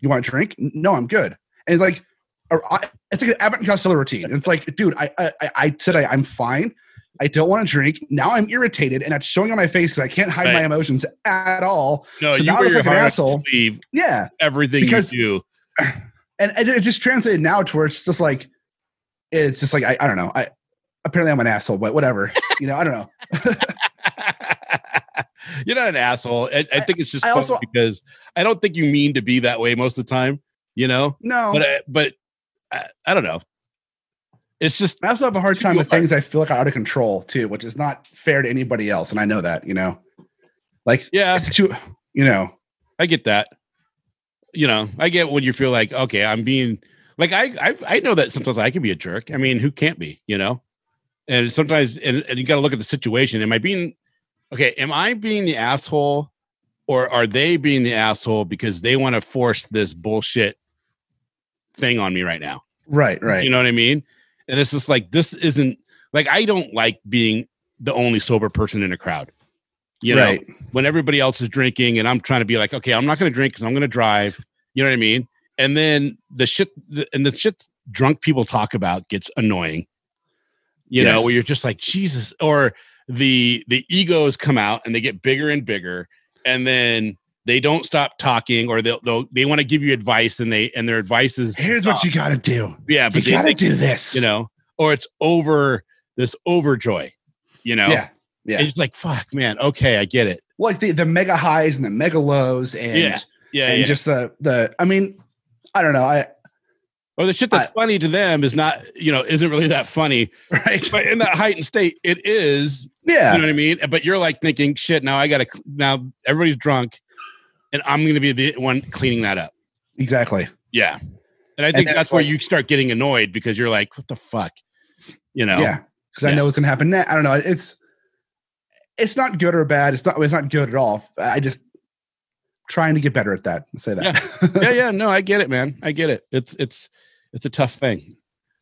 Speaker 2: You want a drink? "N- No, I'm good. And it's like, or I- it's like an Abbott Costello routine. It's like, dude, I I, I- I said I, I'm fine. I don't want to drink. Now I'm irritated, and that's showing on my face because I can't hide
Speaker 3: Right.
Speaker 2: my emotions at all.
Speaker 3: No,
Speaker 2: So
Speaker 3: you
Speaker 2: now I
Speaker 3: wear
Speaker 2: look
Speaker 3: your
Speaker 2: like an
Speaker 3: heart on your
Speaker 2: asshole.
Speaker 3: sleeve,
Speaker 2: Yeah,
Speaker 3: Everything
Speaker 2: Because-
Speaker 3: you do.
Speaker 2: and, and it just translated now to where it's just like, it's just like I, I don't know. I apparently I'm an asshole, but whatever. you know, I don't know.
Speaker 3: You're not an asshole. I, I think it's just
Speaker 2: I
Speaker 3: funny
Speaker 2: also-
Speaker 3: because I don't think you mean to be that way most of the time. You know,
Speaker 2: No,
Speaker 3: but I, but I, I don't know. It's just
Speaker 2: I also have a hard
Speaker 3: You
Speaker 2: time
Speaker 3: go
Speaker 2: with
Speaker 3: back.
Speaker 2: things I feel like are out of control too, which is not fair to anybody else, and I know that. You know, like
Speaker 3: yeah,
Speaker 2: it's too- you know,
Speaker 3: I get that. You know, I get when you feel like okay, I'm being like I I I know that sometimes I can be a jerk. I mean, who can't be? You know, and sometimes and, and you got to look at the situation. Am I being okay? Am I being the asshole, or are they being the asshole because they want to force this bullshit thing on me right now?
Speaker 2: right, right.
Speaker 3: You know what I mean? And it's just like this isn't like I don't like being the only sober person in a crowd. You know,
Speaker 2: Right.
Speaker 3: when everybody else is drinking and I'm trying to be like, okay, I'm not going to drink because I'm going to drive. You know what I mean? And then the shit the, and the shit drunk people talk about gets annoying. You know,
Speaker 2: Yes.
Speaker 3: where you're just like Jesus, or the the egos come out and they get bigger and bigger, and then they don't stop talking, or they'll, they'll they want to give you advice, and they and their advice is
Speaker 2: Here's what you got to do.
Speaker 3: yeah,
Speaker 2: You
Speaker 3: but they
Speaker 2: got to
Speaker 3: think-
Speaker 2: do this.
Speaker 3: you know, or it's over this overjoy, you know.
Speaker 2: Yeah. Yeah.
Speaker 3: And it's like, fuck, man. Okay, I get it.
Speaker 2: like the, the mega highs and the mega lows and
Speaker 3: Yeah, Yeah,
Speaker 2: and
Speaker 3: yeah.
Speaker 2: just the the I mean, I don't know. I
Speaker 3: or the shit that's funny to them is not, you know, isn't really that funny.
Speaker 2: right.
Speaker 3: But in that heightened state, it is.
Speaker 2: Yeah.
Speaker 3: You know what I mean? But you're like thinking, shit. Now I gotta. Now everybody's drunk, and I'm gonna be the one cleaning that up.
Speaker 2: Exactly.
Speaker 3: Yeah. And I think
Speaker 2: that's
Speaker 3: that's where
Speaker 2: like-
Speaker 3: you start getting annoyed because you're like, what the fuck, you know?
Speaker 2: Yeah. Because I
Speaker 3: Yeah.
Speaker 2: know what's gonna happen next. I don't know. It's it's not good or bad. It's not it's not good at all. I just trying to get better at that. Say that.
Speaker 3: yeah, yeah. No, I get it, man. I get it. It's it's it's a tough thing.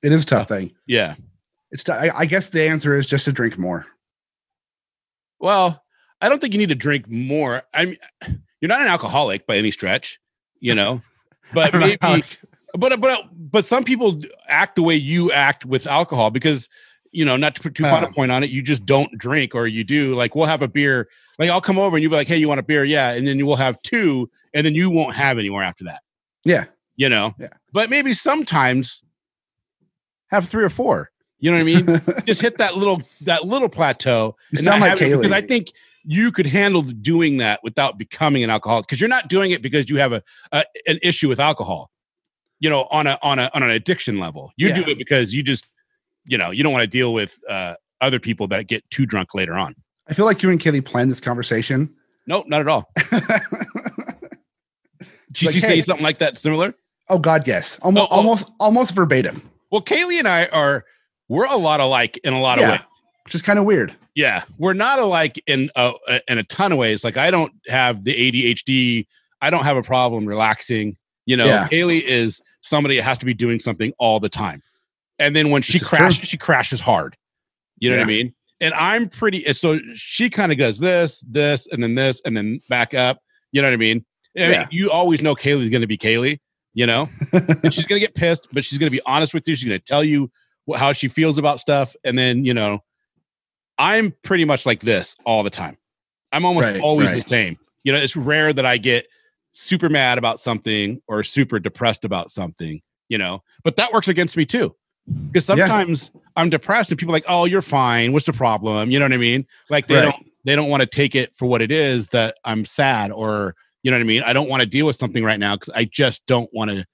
Speaker 2: it is a tough thing.
Speaker 3: Yeah.
Speaker 2: It's t- I, I guess the answer is just to drink more.
Speaker 3: Well, I don't think you need to drink more. I mean, you're not an alcoholic by any stretch, you know. But
Speaker 2: I'm not
Speaker 3: maybe, but but but some people act the way you act with alcohol because you know, not to put too fine a
Speaker 2: Um.
Speaker 3: point on it, you just don't drink, or you do. Like we'll have a beer. Like I'll come over and you'll be like, "Hey, you want a beer? Yeah," and then you will have two, and then you won't have any more after that.
Speaker 2: Yeah.
Speaker 3: you know.
Speaker 2: Yeah.
Speaker 3: But maybe sometimes have three or four. You know what I mean? just hit that little that little plateau.
Speaker 2: You
Speaker 3: not
Speaker 2: sound like
Speaker 3: have it, because
Speaker 2: Kaylee.
Speaker 3: I think you could handle doing that without becoming an alcoholic because you're not doing it because you have a, a an issue with alcohol. You know, on a on a on an addiction level, you do
Speaker 2: Yeah.
Speaker 3: it because you just you know you don't want to deal with uh, other people that get too drunk later on.
Speaker 2: I feel like you and Kaylee planned this conversation.
Speaker 3: Nope, not at all. Did
Speaker 2: Like,
Speaker 3: you say
Speaker 2: hey.
Speaker 3: something like that similar?
Speaker 2: oh God, yes. Almost
Speaker 3: Oh, oh.
Speaker 2: almost almost verbatim.
Speaker 3: Well, Kaylee and I are we're a lot alike in a lot
Speaker 2: Yeah.
Speaker 3: of ways.
Speaker 2: which is kind of weird.
Speaker 3: Yeah, we're not alike in a, in a ton of ways. Like I don't have the ADHD. I don't have a problem relaxing. You know,
Speaker 2: Yeah.
Speaker 3: Haley is somebody that has to be doing something all the time. And then when she
Speaker 2: This is true.
Speaker 3: crashes, she crashes hard. You know what I
Speaker 2: Yeah.
Speaker 3: mean? And I'm pretty. and So she kind of goes this, this, and then this, and then back up. You know what I mean? I mean,
Speaker 2: Yeah.
Speaker 3: you always know Kaylee's going to be Kaylee. You know, and she's going to get pissed, but she's going to be honest with you. She's going to tell you wh- how she feels about stuff. And then, you know, I'm pretty much like this all the time. I'm almost
Speaker 2: Right,
Speaker 3: always
Speaker 2: right.
Speaker 3: the same. You know, it's rare that I get super mad about something or super depressed about something, you know, but that works against me too. Because
Speaker 2: Yeah.
Speaker 3: sometimes I'm depressed and people are like, oh, you're fine. What's the problem? You know what I mean? Like they
Speaker 2: Right.
Speaker 3: don't they don't want to take it for what it is that I'm sad or you know what I mean? I don't want to deal with something right now because I just don't want to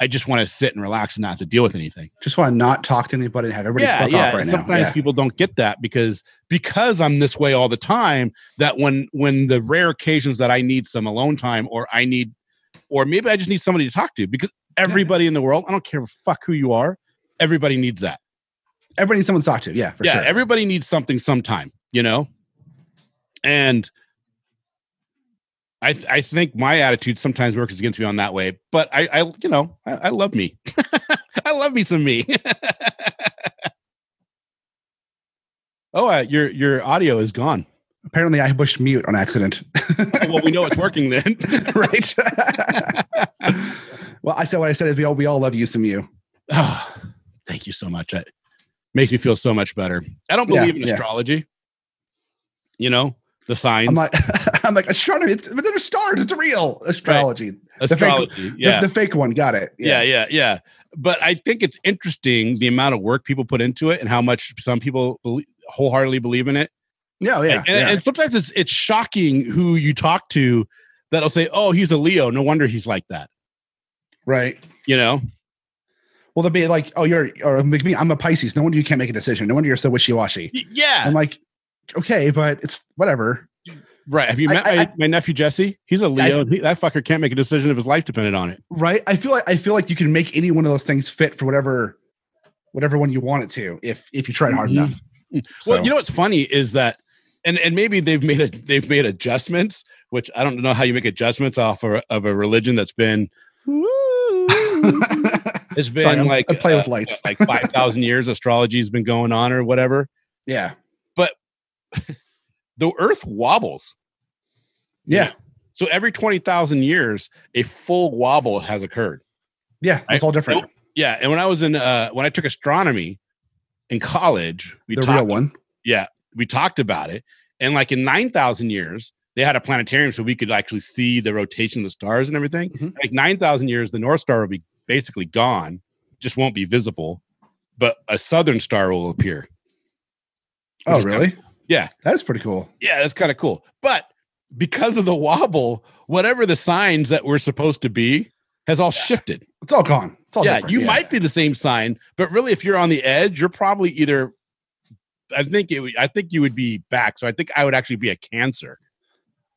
Speaker 3: I just want to sit and relax and not have to deal with anything.
Speaker 2: Just want to not talk to anybody and have everybody fuck off right
Speaker 3: and
Speaker 2: now.
Speaker 3: Sometimes
Speaker 2: Yeah.
Speaker 3: people don't get that because because I'm this way all the time. That when when the rare occasions that I need some alone time or I need or maybe I just need somebody to talk to because everybody in the world, I don't care fuck who you are, everybody needs that.
Speaker 2: Everybody needs someone to talk to. Yeah, for
Speaker 3: yeah,
Speaker 2: sure.
Speaker 3: everybody needs something sometime, you know. And I th- I think my attitude sometimes works against me on that way, but I I you know I, I love me, I love me some me. oh, uh, your your audio is gone.
Speaker 2: Apparently, I pushed mute on accident.
Speaker 3: Oh, well, we know it's working then.
Speaker 2: right? well, I said what I said is we all we all love you some you.
Speaker 3: oh, thank you so much. That makes me feel so much better. I don't
Speaker 2: Yeah,
Speaker 3: believe in
Speaker 2: yeah.
Speaker 3: astrology. You know the signs.
Speaker 2: I'm like I'm like astronomy, it's, but they're stars. It's real astrology.
Speaker 3: astrology.
Speaker 2: The-
Speaker 3: yeah.
Speaker 2: The, fake one got it.
Speaker 3: yeah yeah yeah but i think it's interesting the amount of work people put into it and how much some people belie- wholeheartedly believe in it
Speaker 2: yeah, yeah. yeah,
Speaker 3: and, and sometimes it's it's shocking who you talk to that'll say oh he's a leo no wonder he's like that
Speaker 2: right.
Speaker 3: you know
Speaker 2: Well, they'll be like, oh, you're or like me. I'm a Pisces. No wonder you can't make a decision. No wonder you're so wishy washy.
Speaker 3: Y- yeah
Speaker 2: I'm like, okay, but it's whatever.
Speaker 3: right have you
Speaker 2: I-
Speaker 3: met
Speaker 2: I-
Speaker 3: my, my nephew jesse he's a leo and he, that fucker can't make a decision if his life depended on it
Speaker 2: right i feel like i feel like you can make any one of those things fit for whatever whatever one you want it to if if you tried hard
Speaker 3: Mhm.
Speaker 2: enough
Speaker 3: well
Speaker 2: So-
Speaker 3: you know what's funny is that and and maybe they've made a, they've made adjustments which i don't know how you make adjustments off of, of a religion that's been it's been
Speaker 2: Sorry, I'm-
Speaker 3: like
Speaker 2: I play with
Speaker 3: uh,
Speaker 2: lights.
Speaker 3: like five thousand years astrology's been going on or whatever.
Speaker 2: yeah
Speaker 3: The Earth wobbles,
Speaker 2: yeah
Speaker 3: so every twenty thousand years, a full wobble has occurred.
Speaker 2: yeah it's all different
Speaker 3: Nope. Yeah, and when I was in uh, when I took astronomy in college, we
Speaker 2: the
Speaker 3: talked
Speaker 2: real one
Speaker 3: we talked about it, and like in nine thousand years, they had a planetarium so we could actually see the rotation of the stars and everything.
Speaker 2: Mhm.
Speaker 3: Like nine thousand years, the North Star will be basically gone, just won't be visible, but a southern star will appear.
Speaker 2: oh
Speaker 3: is kinda-
Speaker 2: really
Speaker 3: Yeah.
Speaker 2: that's pretty cool
Speaker 3: Yeah, that's kind of cool. But because of the wobble, whatever the signs that were supposed to be has all shifted.
Speaker 2: it's all gone it's all
Speaker 3: yeah,
Speaker 2: different.
Speaker 3: you might be the same sign, but really, if you're on the edge, you're probably either. I think it. would- I think you would be back. So I think I would actually be a Cancer.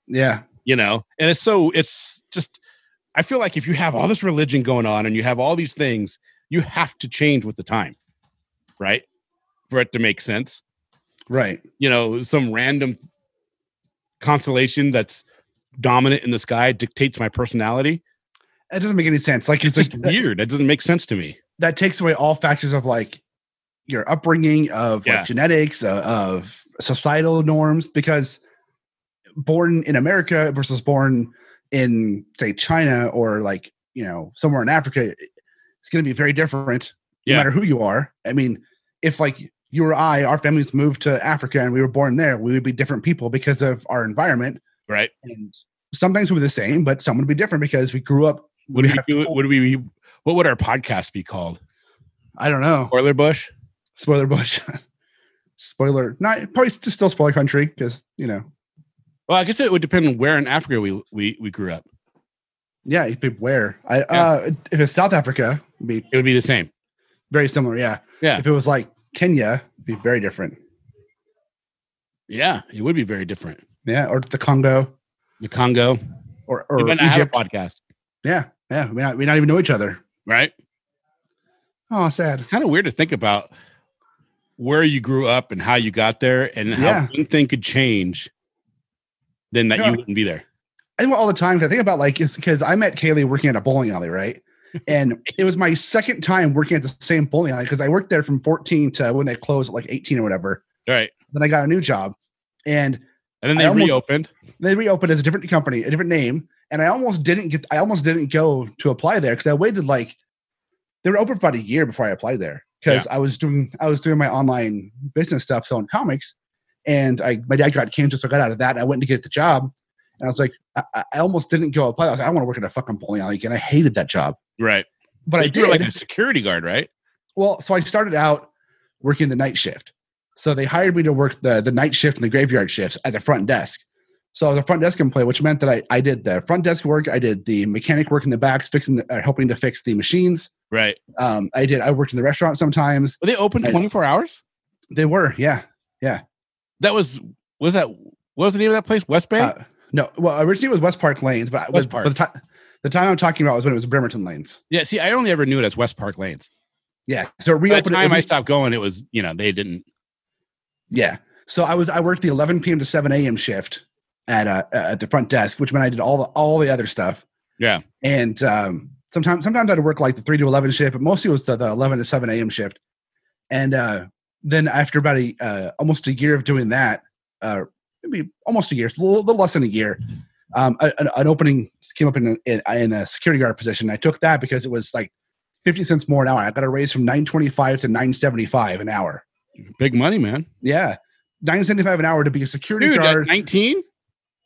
Speaker 2: yeah
Speaker 3: You know, and it's so it's just. I feel like if you have all this religion going on and you have all these things, you have to change with the time, right? For it to make sense
Speaker 2: right
Speaker 3: you know, some random constellation that's dominant in the sky dictates my personality.
Speaker 2: it doesn't make any sense like it's,
Speaker 3: It's just
Speaker 2: like that,
Speaker 3: weird. That doesn't make sense to me.
Speaker 2: that takes away all factors of like your upbringing of
Speaker 3: Yeah.
Speaker 2: like genetics uh, of societal norms because born in america versus born in say china or like you know somewhere in africa it's going to be very different
Speaker 3: Yeah.
Speaker 2: no matter who you are i mean if like you or i our families moved to africa and we were born there we would be different people because of our environment
Speaker 3: Right?
Speaker 2: and some things would be the same but some would be different because we grew up
Speaker 3: Would
Speaker 2: We
Speaker 3: we,
Speaker 2: have
Speaker 3: do,
Speaker 2: to-
Speaker 3: would we? What would our podcast be called?
Speaker 2: i don't know
Speaker 3: Spoiler Bush.
Speaker 2: spoiler bush spoiler not probably st- still spoiler country because you know
Speaker 3: Well, I guess it would depend on where in Africa we we, we grew up.
Speaker 2: yeah it'd be where i uh if it's south africa it'd be
Speaker 3: It would be the same.
Speaker 2: very similar yeah
Speaker 3: Yeah.
Speaker 2: if it was like kenya it'd be very different
Speaker 3: Yeah, it would be very different.
Speaker 2: yeah or the congo
Speaker 3: The Congo
Speaker 2: or
Speaker 3: We
Speaker 2: or
Speaker 3: might not have a
Speaker 2: egypt
Speaker 3: podcast,
Speaker 2: yeah yeah we not, we not even know each other
Speaker 3: right?
Speaker 2: oh sad
Speaker 3: Kind of weird to think about.
Speaker 4: where you grew up and how you got there and how
Speaker 2: Yeah.
Speaker 4: one thing could change, then that
Speaker 2: Yeah.
Speaker 4: you wouldn't be there.
Speaker 2: I think about all the time 'cause I think about like is because I met Kaylee working at a bowling alley, right? And it was my second time working at the same bowling alley because I worked there from 14 to when they closed at like 18 or whatever.
Speaker 4: Right.
Speaker 2: Then I got a new job and
Speaker 4: And then
Speaker 2: I
Speaker 4: they
Speaker 2: almost-
Speaker 4: reopened.
Speaker 2: they reopened as a different company, a different name. And I almost didn't get I almost didn't go to apply there because I waited like they were open for about a year before I applied there. Because I was doing I was doing my online business stuff selling comics. And I my dad got cancer, so I got out of that. I went to get the job. And I was like, I, I- I almost didn't go apply. I was like, I want to work at a fucking bowling alley again. I hated that job.
Speaker 4: Right.
Speaker 2: But I
Speaker 4: Like,
Speaker 2: did.
Speaker 4: you were like a security guard, right?
Speaker 2: well, so I started out working the night shift. So they hired me to work the, the night shift and the graveyard shifts at the front desk. So I was a front desk employee, which meant that I, I did the front desk work. I did the mechanic work in the backs, fixing, the, uh, helping to fix the machines.
Speaker 4: Right.
Speaker 2: Um, I did. I worked in the restaurant sometimes.
Speaker 4: Were they open
Speaker 2: I-
Speaker 4: 24 hours?
Speaker 2: They were, yeah,
Speaker 4: That was, was that, what was the name of that place? West Bay?
Speaker 2: Uh, no. Well, originally it was West Park Lanes, but
Speaker 4: West
Speaker 2: West
Speaker 4: Park.
Speaker 2: Park. the, ti- the time I'm talking about was when it was Bremerton Lanes.
Speaker 4: yeah. See, I only ever knew it as West Park Lanes.
Speaker 2: Yeah. So it
Speaker 4: By the
Speaker 2: reopened. it-
Speaker 4: time
Speaker 2: it
Speaker 4: I
Speaker 2: re-
Speaker 4: stopped going, it was, you know, they didn't.
Speaker 2: Yeah. So I was I worked the 11 p.m. to 7 a.m. shift at uh, at the front desk, which meant I did all the all the other stuff.
Speaker 4: Yeah.
Speaker 2: And um, sometimes sometimes I'd work like the three to 11 shift, but mostly it was the, the 11 to 7 a.m. shift. And uh, then after about a uh, almost a year of doing that, uh, maybe almost a year, a little, little less than a year, um, a- an, an opening came up in a, in, in a security guard position. I took that because it was like 50 cents more an hour. I got a raise from 925 to 975 an hour.
Speaker 4: Big money, man.
Speaker 2: Yeah. Nine seventy five an hour to be a security
Speaker 4: Dude, at
Speaker 2: guard.
Speaker 4: 19?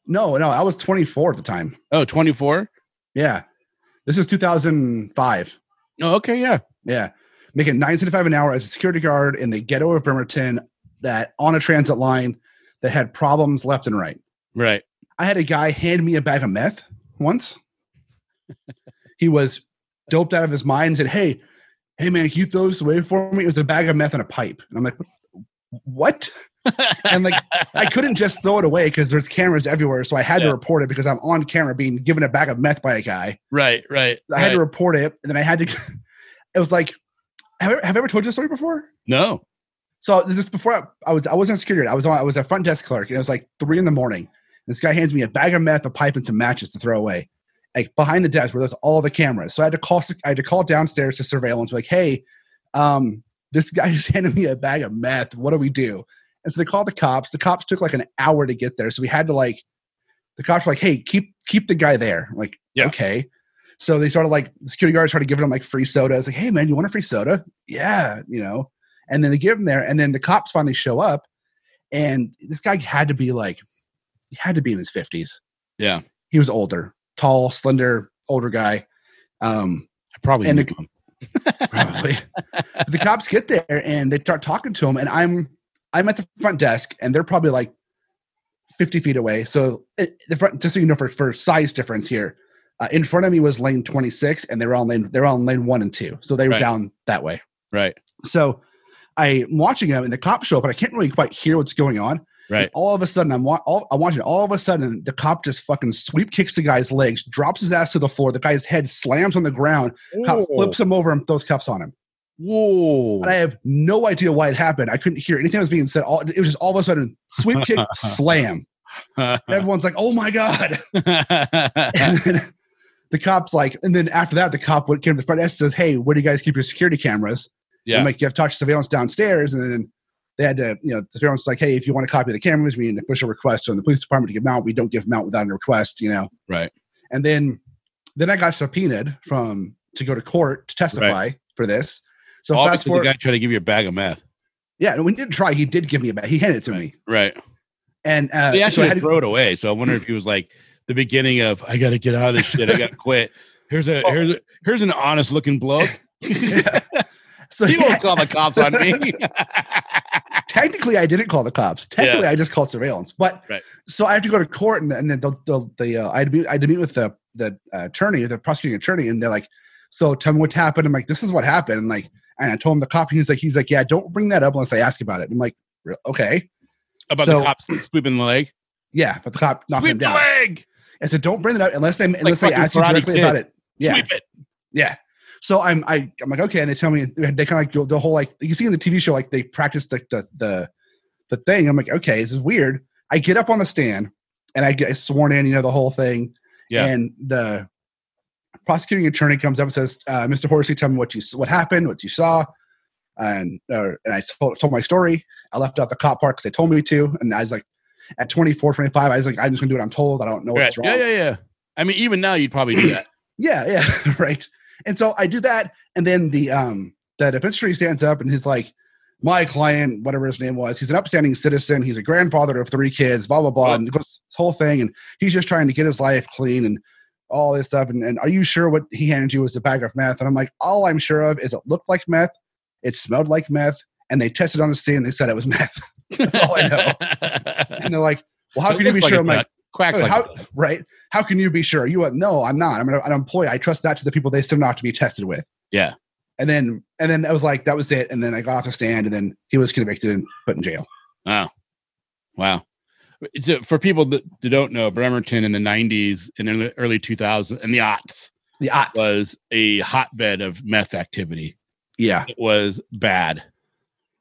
Speaker 2: no, no, I was twenty four at the time.
Speaker 4: Oh, 24?
Speaker 2: Yeah. This is two thousand five.
Speaker 4: Oh, okay. Yeah.
Speaker 2: Yeah. Making nine seventy five an hour as a security guard in the ghetto of Bremerton that on a transit line that had problems left and right.
Speaker 4: Right.
Speaker 2: I had a guy hand me a bag of meth once. he was doped out of his mind and said, Hey, hey man, can you throw this away for me? It was a bag of meth and a pipe. And I'm like, What? and like I couldn't just throw it away because there's cameras everywhere. So I had
Speaker 4: Yeah.
Speaker 2: to report it because I'm on camera being given a bag of meth by a guy.
Speaker 4: Right. Right.
Speaker 2: I had
Speaker 4: right.
Speaker 2: to report it, and then I had to. It was like, have I, have I ever told you this story before?
Speaker 4: no.
Speaker 2: So this is before I, I was I wasn't a security. guard. I was on, I was a front desk clerk, and it was like three in the morning. This guy hands me a bag of meth, a pipe, and some matches to throw away, like behind the desk where there's all the cameras. So I had to call sec- I had to call downstairs to surveillance, like, hey, um, this guy just handed me a bag of meth. What do we do? And so they called the cops. The cops took like an hour to get there, so we had to like, the cops were like, hey, keep keep the guy there. I'm like,
Speaker 4: Yeah.
Speaker 2: okay. So they started like the security guards started giving him like free soda. It's like, hey man, you want a free soda? Yeah, you know and then they give him there and then the cops finally show up and this guy had to be like he had to be in his 50s
Speaker 4: Yeah.
Speaker 2: he was older tall slender older guy um
Speaker 4: I probably
Speaker 2: And
Speaker 4: knew
Speaker 2: the-
Speaker 4: him.
Speaker 2: probably But the cops get there and they start talking to him and i'm i'm at the front desk and they're probably like 50 feet away so it, the front just so you know for, for size difference here uh, in front of me was lane 26 and they were on lane they're on lane one and two so they were
Speaker 4: Right.
Speaker 2: down that way
Speaker 4: Right.
Speaker 2: so I'm watching him, and the cops show up, and I can't really quite hear what's going on.
Speaker 4: Right.
Speaker 2: All of a sudden, I'm wa- all, I'm watching. All of a sudden, the cop just fucking sweep kicks the guy's legs, drops his ass to the floor. The guy's head slams on the ground. Cop flips him over and throws cuffs on him.
Speaker 4: Whoa.
Speaker 2: And I have no idea why it happened. I couldn't hear anything that was being said. All, it was just all of a sudden sweep kick, slam. And everyone's like, "Oh my god!" and then the cop's like, and then after that, the cop would came to the front desk and says, "Hey, where do you guys keep your security cameras?"
Speaker 4: Yeah.
Speaker 2: Yeah, like you have touch surveillance downstairs, and then they had to, you know, the surveillance is like, "Hey, if you want to copy the cameras, we need to push a request from the police department to give them out. We don't give them out without a request, you know."
Speaker 4: Right.
Speaker 2: And then, then I got subpoenaed from to go to court to testify for this. So
Speaker 4: All
Speaker 2: fast
Speaker 4: because the
Speaker 2: forward,
Speaker 4: guy tried to give you a bag of meth.
Speaker 2: yeah, and we didn't try. He did give me a bag. He handed it to me,
Speaker 4: Right.
Speaker 2: and uh,
Speaker 4: They
Speaker 2: so I
Speaker 4: actually
Speaker 2: had to-
Speaker 4: throw it away. So I wonder if he was like the beginning of I gotta get out of this shit. I gotta quit. Here's a
Speaker 2: Oh.
Speaker 4: here's a, here's an honest looking bloke. he
Speaker 2: Yeah. So yeah,
Speaker 4: won't call the cops on me.
Speaker 2: technically I didn't call the cops. Technically I just called surveillance. But
Speaker 4: Right.
Speaker 2: so I have to go to court, and, and then the the, the uh, I had to meet I had to meet with the the uh, attorney, the prosecuting attorney, and they're like, "So tell me what happened." I'm like, "This is what happened." And like, and I told him the cop. and He's like, "He's like, yeah, don't bring that up unless I ask about it." I'm like, "Re- "Okay,
Speaker 4: About
Speaker 2: So-
Speaker 4: the cops sweeping the leg.
Speaker 2: yeah," but the cop knocked him
Speaker 4: Sweep the
Speaker 2: down.
Speaker 4: leg.
Speaker 2: I said, "Don't bring it up unless they unless they
Speaker 4: fucking
Speaker 2: ask you
Speaker 4: Karate
Speaker 2: directly
Speaker 4: Kid.
Speaker 2: about it." Yeah,
Speaker 4: Sweep it.
Speaker 2: yeah. So I'm I I'm like okay, and they tell me they kind of like the whole like you see in the TV show like they practice the the the, the thing. I'm like okay, this is weird. I get up on the stand and I get sworn in, you know, the whole thing.
Speaker 3: Yeah.
Speaker 2: And the prosecuting attorney comes up and says, uh, "Mr. Horsey, tell me what you s- what happened, what you saw." And or, and I told, told my story. I left out the cop part because they told me to, and I was like, at 24, 25, I was like, I'm just gonna do what I'm told. I don't know
Speaker 3: Right.
Speaker 2: Oh, what's wrong.
Speaker 3: Yeah, yeah, yeah. I mean, even now you'd probably do that.
Speaker 2: Yeah, yeah, right. And so I do that, and then the um the defense attorney stands up and he's like, "My client, whatever his name was, he's an upstanding citizen. He's a grandfather of three kids. Blah blah blah." And it goes this whole thing, and he's just trying to get his life clean and all this stuff. And, and are you sure what he handed you was a bag of meth? And I'm like, all I'm sure of is it looked like meth, it smelled like meth, and they tested on the scene. and They said it was meth, That's all I know. and they're like, "Well, how
Speaker 3: It
Speaker 2: can you be
Speaker 3: looks like
Speaker 2: sure?"
Speaker 3: a
Speaker 2: I'm like,
Speaker 3: duck. Quacks
Speaker 2: "Oh,
Speaker 3: like
Speaker 2: how-
Speaker 3: a duck.
Speaker 2: right? How can you be sure? You went, no, I'm not. I'm an, an employee. I trust that to the people they send off to be tested with.
Speaker 3: Yeah.
Speaker 2: And then and then I was like, that was it. And then I got off the stand, and then he was convicted and put in jail.
Speaker 3: Wow. It's, uh, for people that that don't know, Bremerton in the 90s and in the early 2000s and the aughts
Speaker 2: The odds.
Speaker 3: was a hotbed of meth activity.
Speaker 2: yeah.
Speaker 3: It was bad,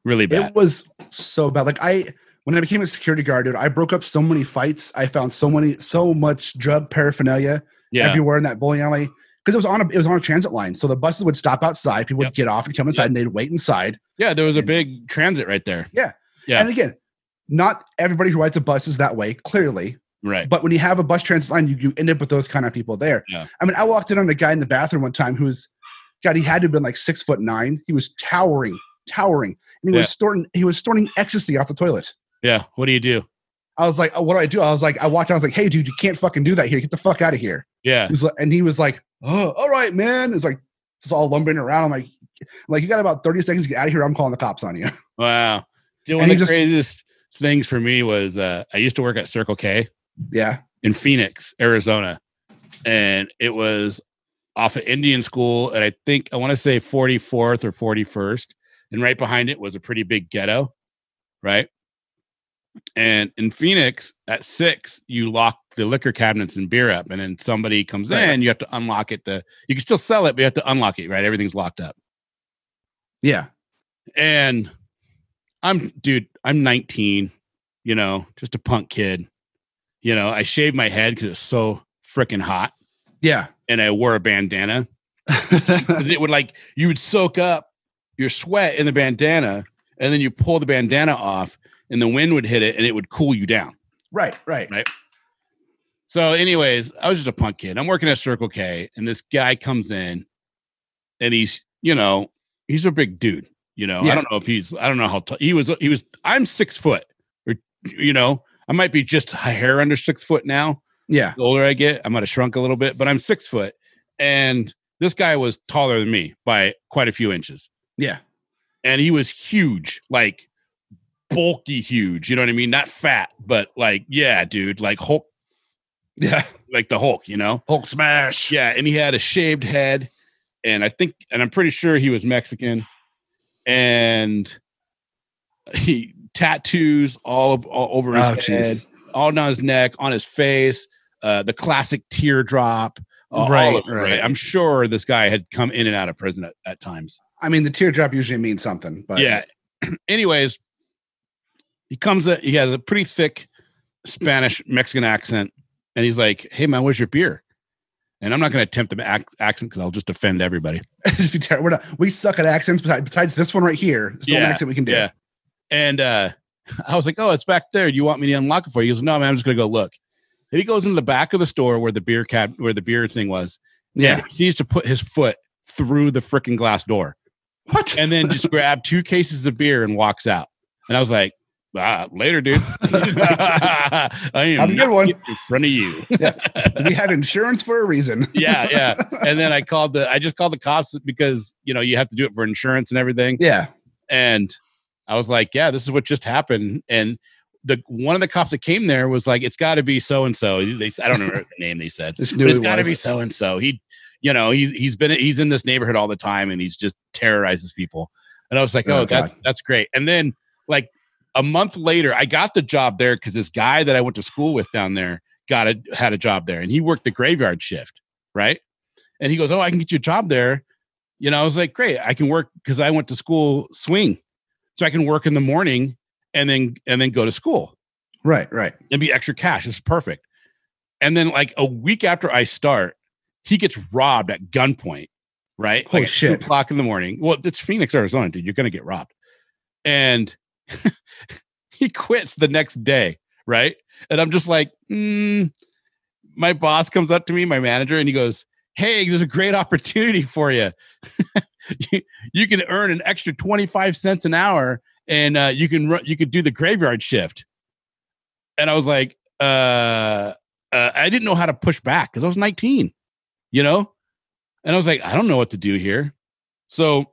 Speaker 3: really bad.
Speaker 2: It was so bad. Like I when I became a security guard, dude, I broke up so many fights. I found so many so much drug paraphernalia
Speaker 3: yeah.
Speaker 2: everywhere in that bowling alley. Because it was on a it was on a transit line. So the buses would stop outside, people
Speaker 3: Yep.
Speaker 2: would get off and come inside and they'd wait inside.
Speaker 3: yeah. There was a big transit right there. Yeah.
Speaker 2: And again, not everybody who rides a bus is that way, clearly.
Speaker 3: Right.
Speaker 2: But when you have a bus transit line, you, you end up with those kind of people there.
Speaker 3: Yeah.
Speaker 2: I mean, I walked in on a guy in the bathroom one time who was, God, he had to have been like six foot nine. He was towering, towering, and he
Speaker 3: Yeah.
Speaker 2: was snorting, he was snorting ecstasy off the toilet.
Speaker 3: Yeah. What do you do?
Speaker 2: I was like, oh, what do I do? I was like, I walked. out, I was like, hey, dude, you can't fucking do that here. Get the fuck out of here.
Speaker 3: Yeah.
Speaker 2: He was like, and he was like, oh, all right, man. It's like it's all lumbering around. I'm like, like you got about thirty seconds to get out of here. I'm calling the cops on you.
Speaker 3: Wow. Dude, one
Speaker 2: And
Speaker 3: of
Speaker 2: he
Speaker 3: the
Speaker 2: just-
Speaker 3: craziest things for me was uh, I used to work at Circle K
Speaker 2: yeah,
Speaker 3: in Phoenix, Arizona, and it was off of Indian School, and I think I want to say 44th or 41st, and right behind it was a pretty big ghetto, right? And in Phoenix, at six, you lock the liquor cabinets and beer up, and then somebody comes
Speaker 2: Right.
Speaker 3: in, you have to unlock it. The you can still sell it, but you have to unlock it, right? Everything's locked up
Speaker 2: yeah,
Speaker 3: and I'm dude, I'm 19, you know, just a punk kid. You know, I shaved my head because it's so freaking hot,
Speaker 2: yeah.
Speaker 3: and I wore a bandana. 'Cause it would like you would soak up your sweat in the bandana, and then you pull the bandana off, and the wind would hit it, and it would cool you down.
Speaker 2: right, right.
Speaker 3: So, anyways, I was just a punk kid. I'm working at Circle K, and this guy comes in, and he's, you know, he's a big dude. You know, I
Speaker 2: Yeah.
Speaker 3: don't know if he's, I don't know how tall he was. He was, I'm six foot, or you know, I might be just a hair under six foot now.
Speaker 2: Yeah,
Speaker 3: The older I get, I might have shrunk a little bit, but I'm six foot, and this guy was taller than me by quite a few inches,
Speaker 2: yeah,
Speaker 3: and he was huge, like bulky, huge. You know what I mean? Not fat, but like, yeah, dude, like Hulk,
Speaker 2: yeah.
Speaker 3: like the Hulk. You know.
Speaker 2: Hulk smash.
Speaker 3: Yeah, and he had a shaved head, and I think, and I'm pretty sure he was Mexican, and he tattoos all, all over his
Speaker 2: Oh,
Speaker 3: head,
Speaker 2: jeez.
Speaker 3: all down his neck, on his face, uh, the classic teardrop. uh, all
Speaker 2: Right,
Speaker 3: over it.
Speaker 2: right.
Speaker 3: I'm sure this guy had come in and out of prison at, at times.
Speaker 2: I mean, the teardrop usually means something, but
Speaker 3: yeah. Anyways, he comes. A, he has a pretty thick Spanish Mexican accent, and he's like, "Hey man, where's your beer?" And I'm not going to attempt the ac- accent because I'll just offend everybody.
Speaker 2: just be terrible. We're not, we suck at accents. Besides, besides this one right here, it's the only
Speaker 3: Yeah,
Speaker 2: accent we can do.
Speaker 3: Yeah. And uh, I was like, "Oh, it's back there. Do you want me to unlock it for you?" He goes, "No man, I'm just going to go look." And he goes into the back of the store where the beer cab, where the beer thing was.
Speaker 2: Yeah.
Speaker 3: and he used to put his foot through the freaking glass door.
Speaker 2: What?
Speaker 3: and then just grab two cases of beer and walks out. And I was like, ah, later, dude. I am
Speaker 2: Have a
Speaker 3: not
Speaker 2: good one.
Speaker 3: in front of you.
Speaker 2: we have insurance for a reason.
Speaker 3: yeah, yeah. And then I called the I just called the cops because you know you have to do it for insurance and everything.
Speaker 2: Yeah.
Speaker 3: And I was like, yeah, this is what just happened. And the one of the cops that came there was like, it's got to be so and so. They I don't remember the name they said.
Speaker 2: Just
Speaker 3: But
Speaker 2: knew
Speaker 3: it's
Speaker 2: it
Speaker 3: got to
Speaker 2: was.
Speaker 3: be so and so. He, you know, he's he's been he's in this neighborhood all the time, and he's just terrorizes people. And I was like,
Speaker 2: Oh,
Speaker 3: oh, that's that's great. And then like a month later, I got the job there because this guy that I went to school with down there got a had a job there, and he worked the graveyard shift, right? And he goes, oh, I can get you a job there. You know, I was like, great, I can work because I went to school swing, so I can work in the morning and then and then go to school
Speaker 2: Right, right.
Speaker 3: and be extra cash. It's perfect. And then like a week after I start, he gets robbed at gunpoint. Right,
Speaker 2: Holy
Speaker 3: like at
Speaker 2: shit.
Speaker 3: two o'clock in the morning. Well, it's Phoenix, Arizona, dude. You're gonna get robbed, and he quits the next day. Right, and I'm just like, mm. my boss comes up to me, my manager, and he goes, "Hey, there's a great opportunity for you. you, you can earn an extra 25 cents an hour, and uh, you can run, you could do the graveyard shift." And I was like, uh, uh, I didn't know how to push back because I was 19, you know, and I was like, I don't know what to do here. So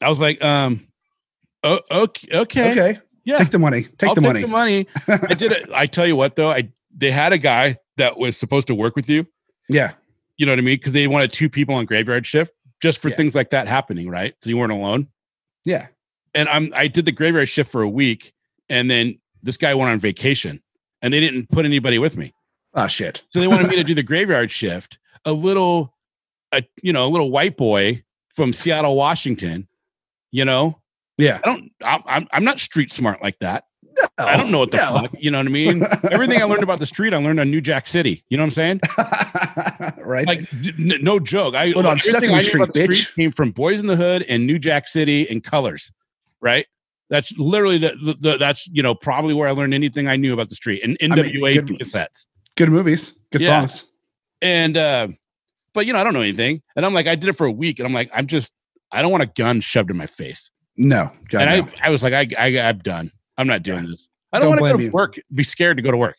Speaker 3: I was like, um, oh, okay, okay,
Speaker 2: Okay.
Speaker 3: yeah,
Speaker 2: Take the money. Take
Speaker 3: I'll
Speaker 2: the
Speaker 3: take
Speaker 2: money.
Speaker 3: the money. I did it. I tell you what, though, I they had a guy that was supposed to work with you.
Speaker 2: yeah.
Speaker 3: You know what I mean? Because they wanted two people on graveyard shift just for
Speaker 2: Yeah.
Speaker 3: things like that happening, right? So you weren't alone.
Speaker 2: Yeah.
Speaker 3: And I'm I did the graveyard shift for a week, and then this guy went on vacation, and they didn't put anybody with me.
Speaker 2: Oh shit.
Speaker 3: So they wanted me to do the graveyard shift. A little, a you know, a little white boy from Seattle, Washington. You know,
Speaker 2: Yeah.
Speaker 3: I don't. I'm I'm- I'm not street smart like that. I don't know what the
Speaker 2: No.
Speaker 3: fuck. You know what I mean? Everything I learned about the street, I learned on New Jack City. You know what I'm saying?
Speaker 2: right.
Speaker 3: Like, n- n- no joke. I
Speaker 2: Well, on
Speaker 3: everything
Speaker 2: Sesame
Speaker 3: I knew about
Speaker 2: Street,
Speaker 3: the
Speaker 2: bitch.
Speaker 3: came from Boys in the Hood and New Jack City and Colors, right? That's literally the, the, the that's you know probably where I learned anything I knew about the street and
Speaker 2: mean,
Speaker 3: NWA
Speaker 2: good-
Speaker 3: cassettes.
Speaker 2: good movies. Good
Speaker 3: Yeah.
Speaker 2: songs.
Speaker 3: And uh, but you know I don't know anything, and I'm like I did it for a week, and I'm like I'm just I don't want a gun shoved in my face,
Speaker 2: No. God,
Speaker 3: and
Speaker 2: no.
Speaker 3: I, I was like I, I I'm done. I'm not doing this. I don't,
Speaker 2: Don't
Speaker 3: want to
Speaker 2: blame
Speaker 3: go to
Speaker 2: you.
Speaker 3: work. Be scared to go to work.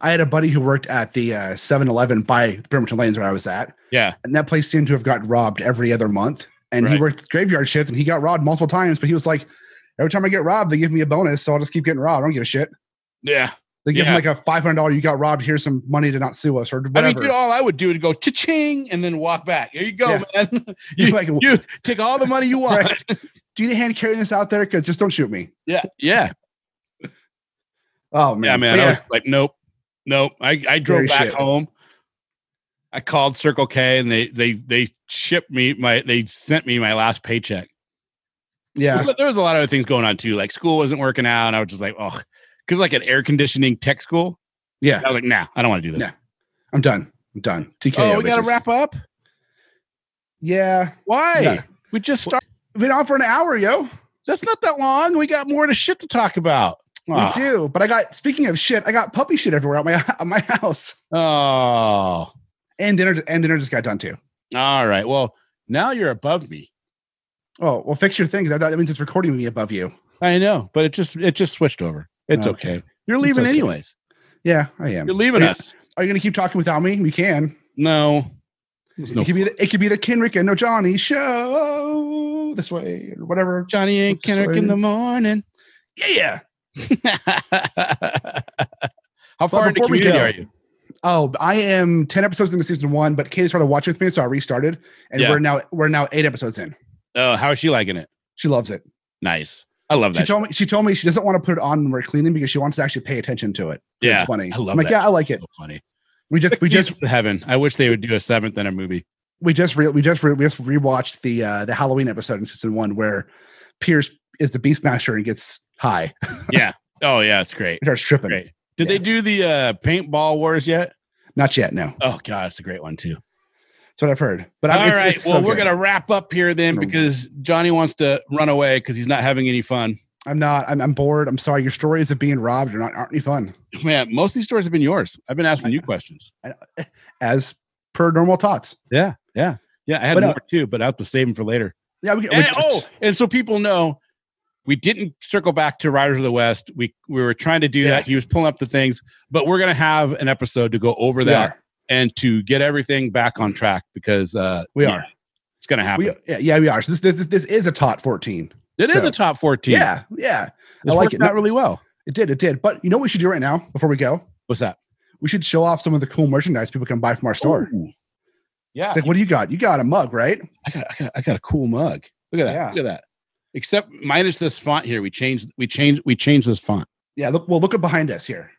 Speaker 2: I had a buddy who worked at the uh, 7-Eleven by Bremerton Lanes where I was at,
Speaker 3: Yeah.
Speaker 2: and that place seemed to have gotten robbed every other month. And
Speaker 3: Right.
Speaker 2: he worked graveyard shift, and he got robbed multiple times. But he was like, every time I get robbed, they give me a bonus, so I'll just keep getting robbed. I don't give a shit.
Speaker 3: Yeah.
Speaker 2: They give
Speaker 3: Yeah.
Speaker 2: him like a five hundred dollar. You got robbed. Here's some money to not sue us or whatever.
Speaker 3: I mean, dude, all I would do is go cha-ching and then walk back. Here you go, man. you,
Speaker 2: Like,
Speaker 3: you take all the money you want.
Speaker 2: Right. Do you need a hand carrying this out there? Because just don't shoot me.
Speaker 3: Yeah, yeah,
Speaker 2: Oh man,
Speaker 3: yeah, man.
Speaker 2: But
Speaker 3: I was like, nope, nope. I, I drove
Speaker 2: Very
Speaker 3: back
Speaker 2: shit.
Speaker 3: home. I called Circle K and they they they shipped me my they sent me my last paycheck.
Speaker 2: yeah, yeah.
Speaker 3: There's- There was a lot of other things going on too. Like school wasn't working out, and I was just like, oh, because like an air conditioning tech school.
Speaker 2: Yeah.
Speaker 3: I was like, nah, I don't want to do this.
Speaker 2: Nah. I'm done. I'm done. TK.
Speaker 3: oh, we got to wrap up.
Speaker 2: Yeah,
Speaker 3: Why?
Speaker 2: No.
Speaker 3: We just started.
Speaker 2: been on for an hour, yo.
Speaker 3: That's not that long. We got more to shit to talk about. Ah.
Speaker 2: We do. But I got. Speaking of shit, I got puppy shit everywhere at my at my house.
Speaker 3: Oh,
Speaker 2: And dinner and dinner just got done too.
Speaker 3: all right. Well, now you're above me.
Speaker 2: Oh well, fix your thing. That, that means it's recording me above you.
Speaker 3: I know, but it just it just switched over. It's okay.
Speaker 2: Okay.
Speaker 3: You're leaving
Speaker 2: okay.
Speaker 3: anyways.
Speaker 2: Yeah, I am.
Speaker 3: You're leaving
Speaker 2: Yeah.
Speaker 3: us.
Speaker 2: Are you gonna keep talking without me? We can.
Speaker 3: No. There's no
Speaker 2: it could be the, it could be the Kenrick and No Johnny show this way or whatever.
Speaker 3: Johnny and
Speaker 2: This
Speaker 3: Kendrick in
Speaker 2: way.
Speaker 3: the morning.
Speaker 2: Yeah.
Speaker 3: How far into
Speaker 2: before we
Speaker 3: community
Speaker 2: go-
Speaker 3: are you?
Speaker 2: Oh, I am ten episodes into season one, but Katie started watching with me, so I restarted, and
Speaker 3: Yeah.
Speaker 2: we're now we're now eight episodes in.
Speaker 3: Oh, how is she liking it?
Speaker 2: She loves it.
Speaker 3: Nice. I love
Speaker 2: She
Speaker 3: that.
Speaker 2: told me she told me she doesn't want to put it on when we're cleaning because she wants to actually pay attention to it.
Speaker 3: Yeah,
Speaker 2: it's funny.
Speaker 3: I love
Speaker 2: I'm like,
Speaker 3: that
Speaker 2: yeah, I like
Speaker 3: shit.
Speaker 2: it.
Speaker 3: So funny.
Speaker 2: We just we just
Speaker 3: heaven. I wish they would do a seventh in a movie.
Speaker 2: we just re- we just re- we just rewatched the uh the Halloween episode in season one where Pierce is the Beastmaster and gets high.
Speaker 3: Oh yeah, it's great.
Speaker 2: He starts tripping.
Speaker 3: Great. Did
Speaker 2: Yeah.
Speaker 3: they do the uh, paintball wars yet?
Speaker 2: Not yet, no.
Speaker 3: Oh god, it's a great one too.
Speaker 2: That's what I've heard. But
Speaker 3: All
Speaker 2: I,
Speaker 3: right.
Speaker 2: it's, it's
Speaker 3: well,
Speaker 2: so
Speaker 3: we're
Speaker 2: good.
Speaker 3: gonna wrap up here then
Speaker 2: Gonna-
Speaker 3: because Johnny wants to run away because he's not having any fun.
Speaker 2: I'm not. I'm, I'm bored. I'm sorry. Your stories of being robbed are not aren't any fun.
Speaker 3: Man, most of these stories have been yours. I've been asking you questions.
Speaker 2: As per normal tots.
Speaker 3: Yeah, yeah, yeah. I had
Speaker 2: But, uh,
Speaker 3: more too, but I have to save them for later.
Speaker 2: Yeah. We, we,
Speaker 3: And- oh, and so people know we didn't circle back to Riders of the West. We we were trying to do
Speaker 2: Yeah.
Speaker 3: that. He was pulling up the things, but we're gonna have an episode to go over
Speaker 2: we
Speaker 3: that
Speaker 2: are.
Speaker 3: and to get everything back on track because uh,
Speaker 2: We
Speaker 3: yeah,
Speaker 2: are.
Speaker 3: It's gonna happen.
Speaker 2: We, yeah, yeah, we are. So this this this is a tot 14.
Speaker 3: It is
Speaker 2: so-
Speaker 3: a top fourteen.
Speaker 2: Yeah, yeah.
Speaker 3: This
Speaker 2: I like
Speaker 3: worked
Speaker 2: it.
Speaker 3: out really well.
Speaker 2: It did. It did. But you know what we should do right now before we go?
Speaker 3: What's that?
Speaker 2: We should show off some of the cool merchandise people can buy from our store.
Speaker 3: Ooh. Yeah,
Speaker 2: It's like, what do you got? You got a mug, right?
Speaker 3: I got, I got, I got a cool mug. Look at that.
Speaker 2: Yeah.
Speaker 3: Look at that. Except minus this font here, we changed, we changed, we changed this font.
Speaker 2: Yeah. Look, well, look at behind us here.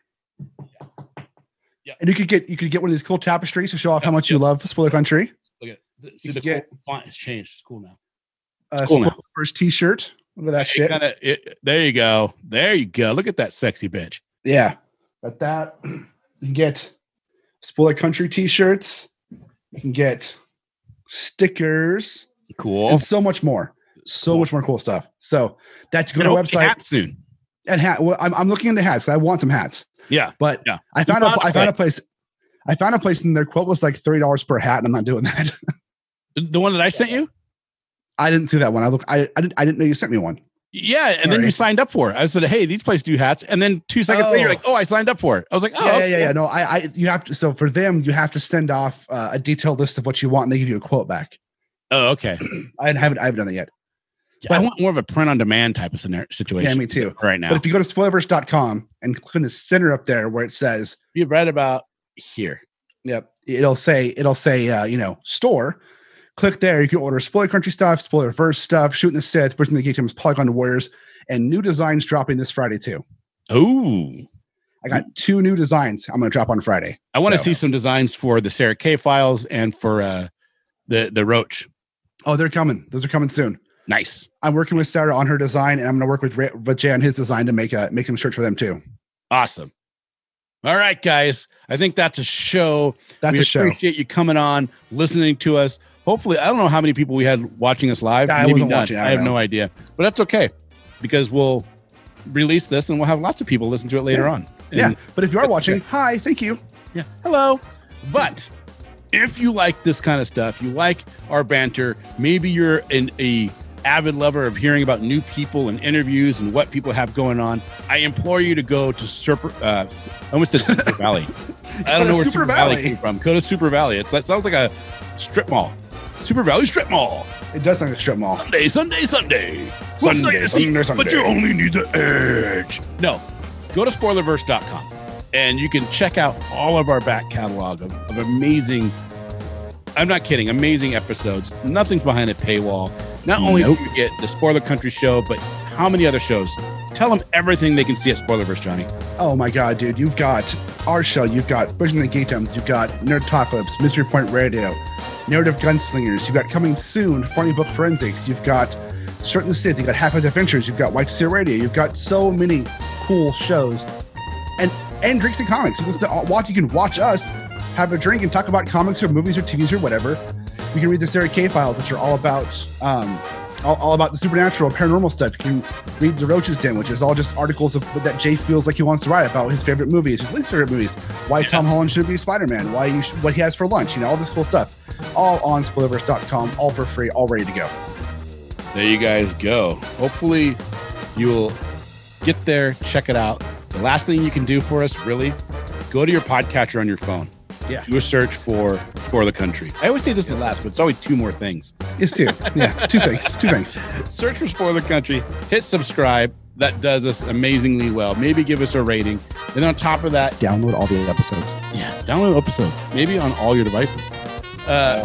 Speaker 3: Yeah.
Speaker 2: And you could get you could get one of these cool tapestries to show off how much you love spoiler country.
Speaker 3: Look at-
Speaker 5: The- See,
Speaker 2: You
Speaker 5: the
Speaker 2: can
Speaker 5: cool font has changed. It's cool now.
Speaker 2: Uh,
Speaker 5: cool now.
Speaker 2: Spoiler first T-shirt. Look at that
Speaker 3: It
Speaker 2: shit.
Speaker 3: kinda- it- there you go. There you go. Look at that sexy bitch.
Speaker 2: Yeah, but that you can get spoiler country T-shirts. You can get stickers
Speaker 3: Cool.
Speaker 2: and so much more. So much more cool stuff. So that's go
Speaker 3: And
Speaker 2: to
Speaker 3: I
Speaker 2: our
Speaker 3: hope they
Speaker 2: website
Speaker 3: happen soon.
Speaker 2: and hat. Well, I'm, I'm looking into hats. I want some hats,
Speaker 3: Yeah.
Speaker 2: but
Speaker 3: Yeah.
Speaker 2: I found
Speaker 3: found
Speaker 2: a,
Speaker 3: a
Speaker 2: I found a place. I found a place and their quote was like thirty dollars per hat, and I'm not doing that.
Speaker 3: The one that I sent you?
Speaker 2: I didn't see that one. I look. I I didn't, I didn't know you sent me one.
Speaker 3: Yeah. And then
Speaker 2: Sorry.
Speaker 3: you signed up for it. I said, hey, these places do hats. And then two seconds later, you're
Speaker 2: Oh.
Speaker 3: like, oh, I signed up for it. I was like, oh,
Speaker 2: yeah,
Speaker 3: okay.
Speaker 2: yeah, yeah, yeah. No, I, I, you have to. So for them, you have to send off uh, a detailed list of what you want, and they give you a quote back.
Speaker 3: Oh, okay.
Speaker 2: I haven't, I haven't done it yet.
Speaker 3: I want more of a print on demand type of scenario,
Speaker 2: Yeah,
Speaker 3: situation
Speaker 2: me too.
Speaker 3: right now.
Speaker 2: But if you go to spoilerverse.com and click in the center up there where it says,
Speaker 3: you're right about here.
Speaker 2: yep, it'll say, it'll say, uh, you know, store. Click there. You can order spoiler country stuff, spoiler verse stuff, shooting the Sith, Britain of the Geekdoms, Polygon Warriors, and new designs dropping this Friday too.
Speaker 3: Oh,
Speaker 2: I got two new designs I'm going to drop on Friday.
Speaker 3: I want to
Speaker 2: So-
Speaker 3: see some designs for the Sarah K files and for uh, the the Roach.
Speaker 2: Oh, they're coming. Those are coming soon.
Speaker 3: Nice.
Speaker 2: I'm working with Sarah on her design, and I'm going to work with, Ray, with Jay on his design to make a make some shirts for them too.
Speaker 3: Awesome. All right, guys. I think that's a show.
Speaker 2: That's
Speaker 3: we
Speaker 2: a show.
Speaker 3: appreciate you coming on, listening to us. Hopefully, I don't know how many people we had watching us live.
Speaker 2: Yeah, I
Speaker 3: Maybe
Speaker 2: wasn't
Speaker 3: none.
Speaker 2: watching, I
Speaker 3: I,
Speaker 2: don't
Speaker 3: have
Speaker 2: know.
Speaker 3: no idea, but that's okay because we'll release this and we'll have lots of people listen to it later on. And-
Speaker 2: Yeah, but if you are watching, hi, thank you.
Speaker 3: Yeah. Hello. But if you like this kind of stuff, you like our banter, maybe you're an a avid lover of hearing about new people and interviews and what people have going on, I implore you to go to Serp uh, S- I almost said Super Valley. I
Speaker 2: Go
Speaker 3: don't
Speaker 2: to
Speaker 3: know where
Speaker 2: Super
Speaker 3: Super Valley.
Speaker 2: Valley.
Speaker 3: came from. Go to Super Valley. It's that sounds like a strip mall. Super Valley Strip Mall.
Speaker 2: It does sound like a strip mall.
Speaker 3: Sunday, Sunday, Sunday. We'll
Speaker 2: Sunday,
Speaker 3: say this
Speaker 2: Sunday,
Speaker 3: evening,
Speaker 2: Sunday.
Speaker 3: But you only need the edge. No, go to spoilerverse.com and you can check out all of our back catalog of, of amazing, I'm not kidding, amazing episodes. Nothing's behind a paywall. Not only
Speaker 2: Nope.
Speaker 3: do you get the Spoiler Country show, but how many other shows? Tell them everything they can see at Spoilerverse, Johnny.
Speaker 2: Oh my god, dude! You've got our show. You've got Bridging the Gateums. You've got Nerd Apocalypse, Mystery Point Radio, Narrative Gunslingers. You've got coming soon, Funny Book Forensics. You've got Certain the Sith. You've got Half House Adventures. You've got White Sea Radio. You've got so many cool shows, and and drinks and comics. You can still watch. You can watch us have a drink and talk about comics or movies or TVs or whatever. You can read the Sarah K files, which are all about um, all, all about the supernatural, paranormal stuff. You can read the Roach's Den, which is all just articles of, that Jay feels like he wants to write about his favorite movies, his least favorite movies, why Tom Holland should be Spider Man, why you should, what he has for lunch, you know, all this cool stuff, all on spoilers.com, all for free, all ready to go.
Speaker 3: There you guys go. Hopefully, you'll get there, check it out. The last thing you can do for us, really, go to your podcatcher on your phone.
Speaker 2: Yeah.
Speaker 3: Do a search for Spoiler Country. I always say this is the last, but it's always two more things.
Speaker 2: Is two, yeah, two things, two things.
Speaker 3: Search for Spoiler Country, hit subscribe. That does us amazingly well. Maybe give us a rating. And on top of that,
Speaker 2: Download all the episodes.
Speaker 3: yeah, download episodes, maybe on all your devices. Uh,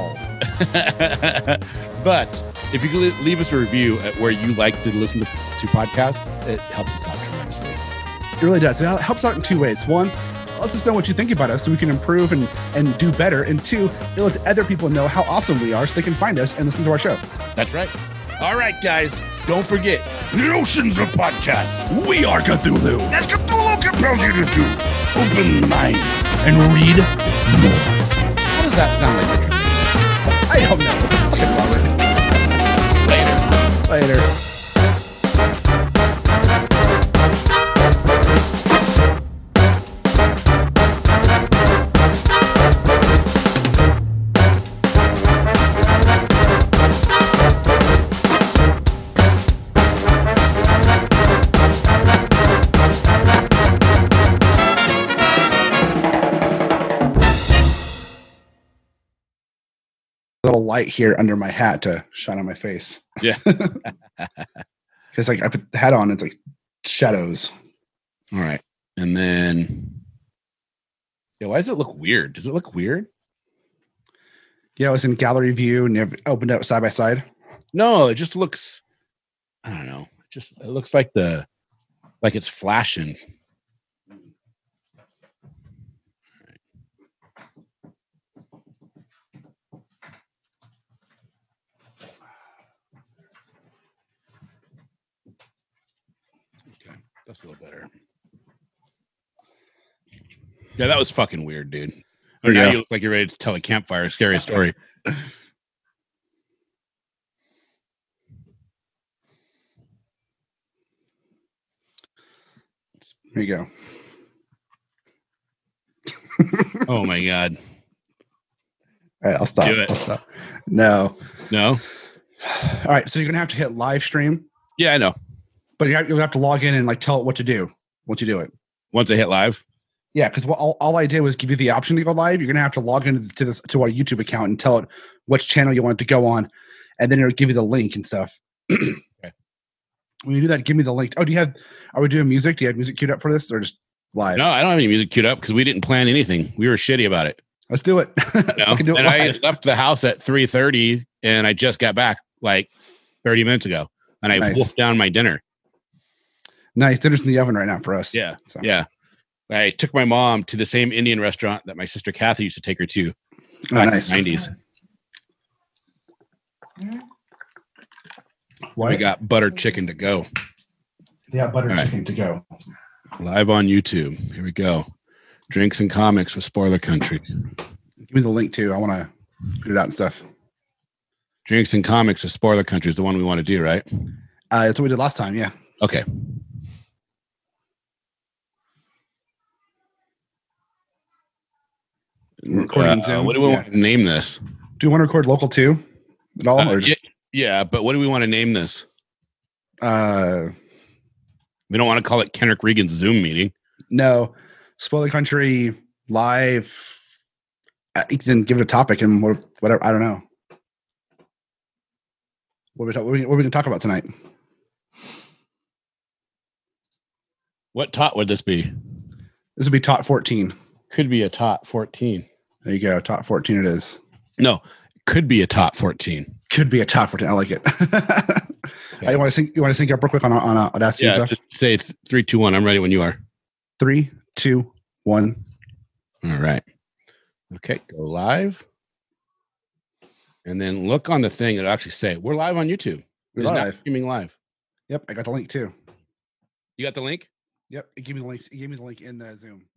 Speaker 3: but if you could le- leave us a review at where you like to listen to, to podcasts, it helps us out tremendously.
Speaker 2: It really does. It helps out in two ways. One, it lets us know what you think about us so we can improve and, and do better. And two, it lets other people know how awesome we are so they can find us and listen to our show.
Speaker 3: That's right. All right, guys, don't forget the oceans of podcasts. We are Cthulhu. As Cthulhu compels you to do, open the mind and read more. How does that sound like Richard?
Speaker 2: I don't know. I fucking love it. Later. Later. little light here under my hat to shine on my face.
Speaker 3: Yeah.
Speaker 2: Because like I put the hat on, it's like shadows.
Speaker 3: All right, and then yeah, why does it look weird? Does it look weird?
Speaker 2: Yeah, I was in gallery view and it opened up side by side.
Speaker 3: No, it just looks. I don't know. It just it looks like the like it's flashing. That's a little better. Yeah, that was fucking weird, dude. Or now
Speaker 2: Yeah.
Speaker 3: you look like you're ready to tell a campfire scary story.
Speaker 2: There you go.
Speaker 3: oh my god.
Speaker 2: All right, I'll stop.
Speaker 3: Do it.
Speaker 2: I'll stop. No.
Speaker 3: No?
Speaker 2: All right, so you're gonna have to hit live stream,
Speaker 3: Yeah, I know.
Speaker 2: but you have, you'll have to log in and like tell it what to do once you do it.
Speaker 3: Once I hit live.
Speaker 2: Yeah, because all, all I did was give you the option to go live. You're gonna have to log into to this to our YouTube account and tell it which channel you want it to go on, and then it'll give you the link and stuff. When you do that, give me the link. Oh, do you have? Are we doing music? Do you have music queued up for this, or just live?
Speaker 3: No, I don't have any music queued up because we didn't plan anything. We were shitty about it.
Speaker 2: Let's do it. Let's
Speaker 3: you know?
Speaker 2: fucking do it
Speaker 3: and I
Speaker 2: live.
Speaker 3: left the house at 3:30 and I just got back like 30 minutes ago. And I
Speaker 2: Nice.
Speaker 3: wolfed down my dinner.
Speaker 2: nice. Dinner's in the oven right now for us.
Speaker 3: Yeah.
Speaker 2: So.
Speaker 3: Yeah. I took my mom to the same Indian restaurant that my sister Kathy used to take her to
Speaker 2: Oh,
Speaker 3: back
Speaker 2: nice.
Speaker 3: in the 90s. We
Speaker 2: What?
Speaker 3: got buttered chicken to go
Speaker 2: Yeah, butter
Speaker 3: All right.
Speaker 2: chicken to go.
Speaker 3: live on YouTube. Here we go. Drinks and comics with Spoiler Country.
Speaker 2: Give me the link too. I want to put it out and stuff.
Speaker 3: Drinks and comics with Spoiler Country is the one we want to do, right?
Speaker 2: Uh, that's what we did last time. Yeah.
Speaker 3: Okay.
Speaker 2: Recording in
Speaker 3: Uh,
Speaker 2: Zoom.
Speaker 3: what do we
Speaker 2: yeah.
Speaker 3: want to name this?
Speaker 2: Do you want to record local too at all?
Speaker 3: Uh,
Speaker 2: or just,
Speaker 3: yeah, yeah, but what do we want to name this?
Speaker 2: uh,
Speaker 3: We don't want to call it Kendrick Regan's Zoom meeting.
Speaker 2: no. Spoiler country live. Uh, you can give it a topic and what- whatever. I don't know. What are we, ta- what are we, what are we going to talk about tonight?
Speaker 3: What tot would this be?
Speaker 2: This would be top 14.
Speaker 3: Could be a tot 14.
Speaker 2: There you go. Top 14 it is.
Speaker 3: No, could be a tot 14.
Speaker 2: Could be a top 14. I like it. I want to sync. You want to sync up real quick on on uh, Audacity? and
Speaker 3: Yeah,
Speaker 2: stuff?
Speaker 3: just say th- three, two, one. I'm ready when you are.
Speaker 2: Three, two, one.
Speaker 3: All right. Okay, go live. And then look on the thing that'll actually say, We're live on YouTube.
Speaker 2: We're
Speaker 3: It's now
Speaker 2: live.
Speaker 3: streaming live.
Speaker 2: Yep, I got the link too.
Speaker 3: You got the link?
Speaker 2: Yep, it gave me the links. It gave me the link in the Zoom.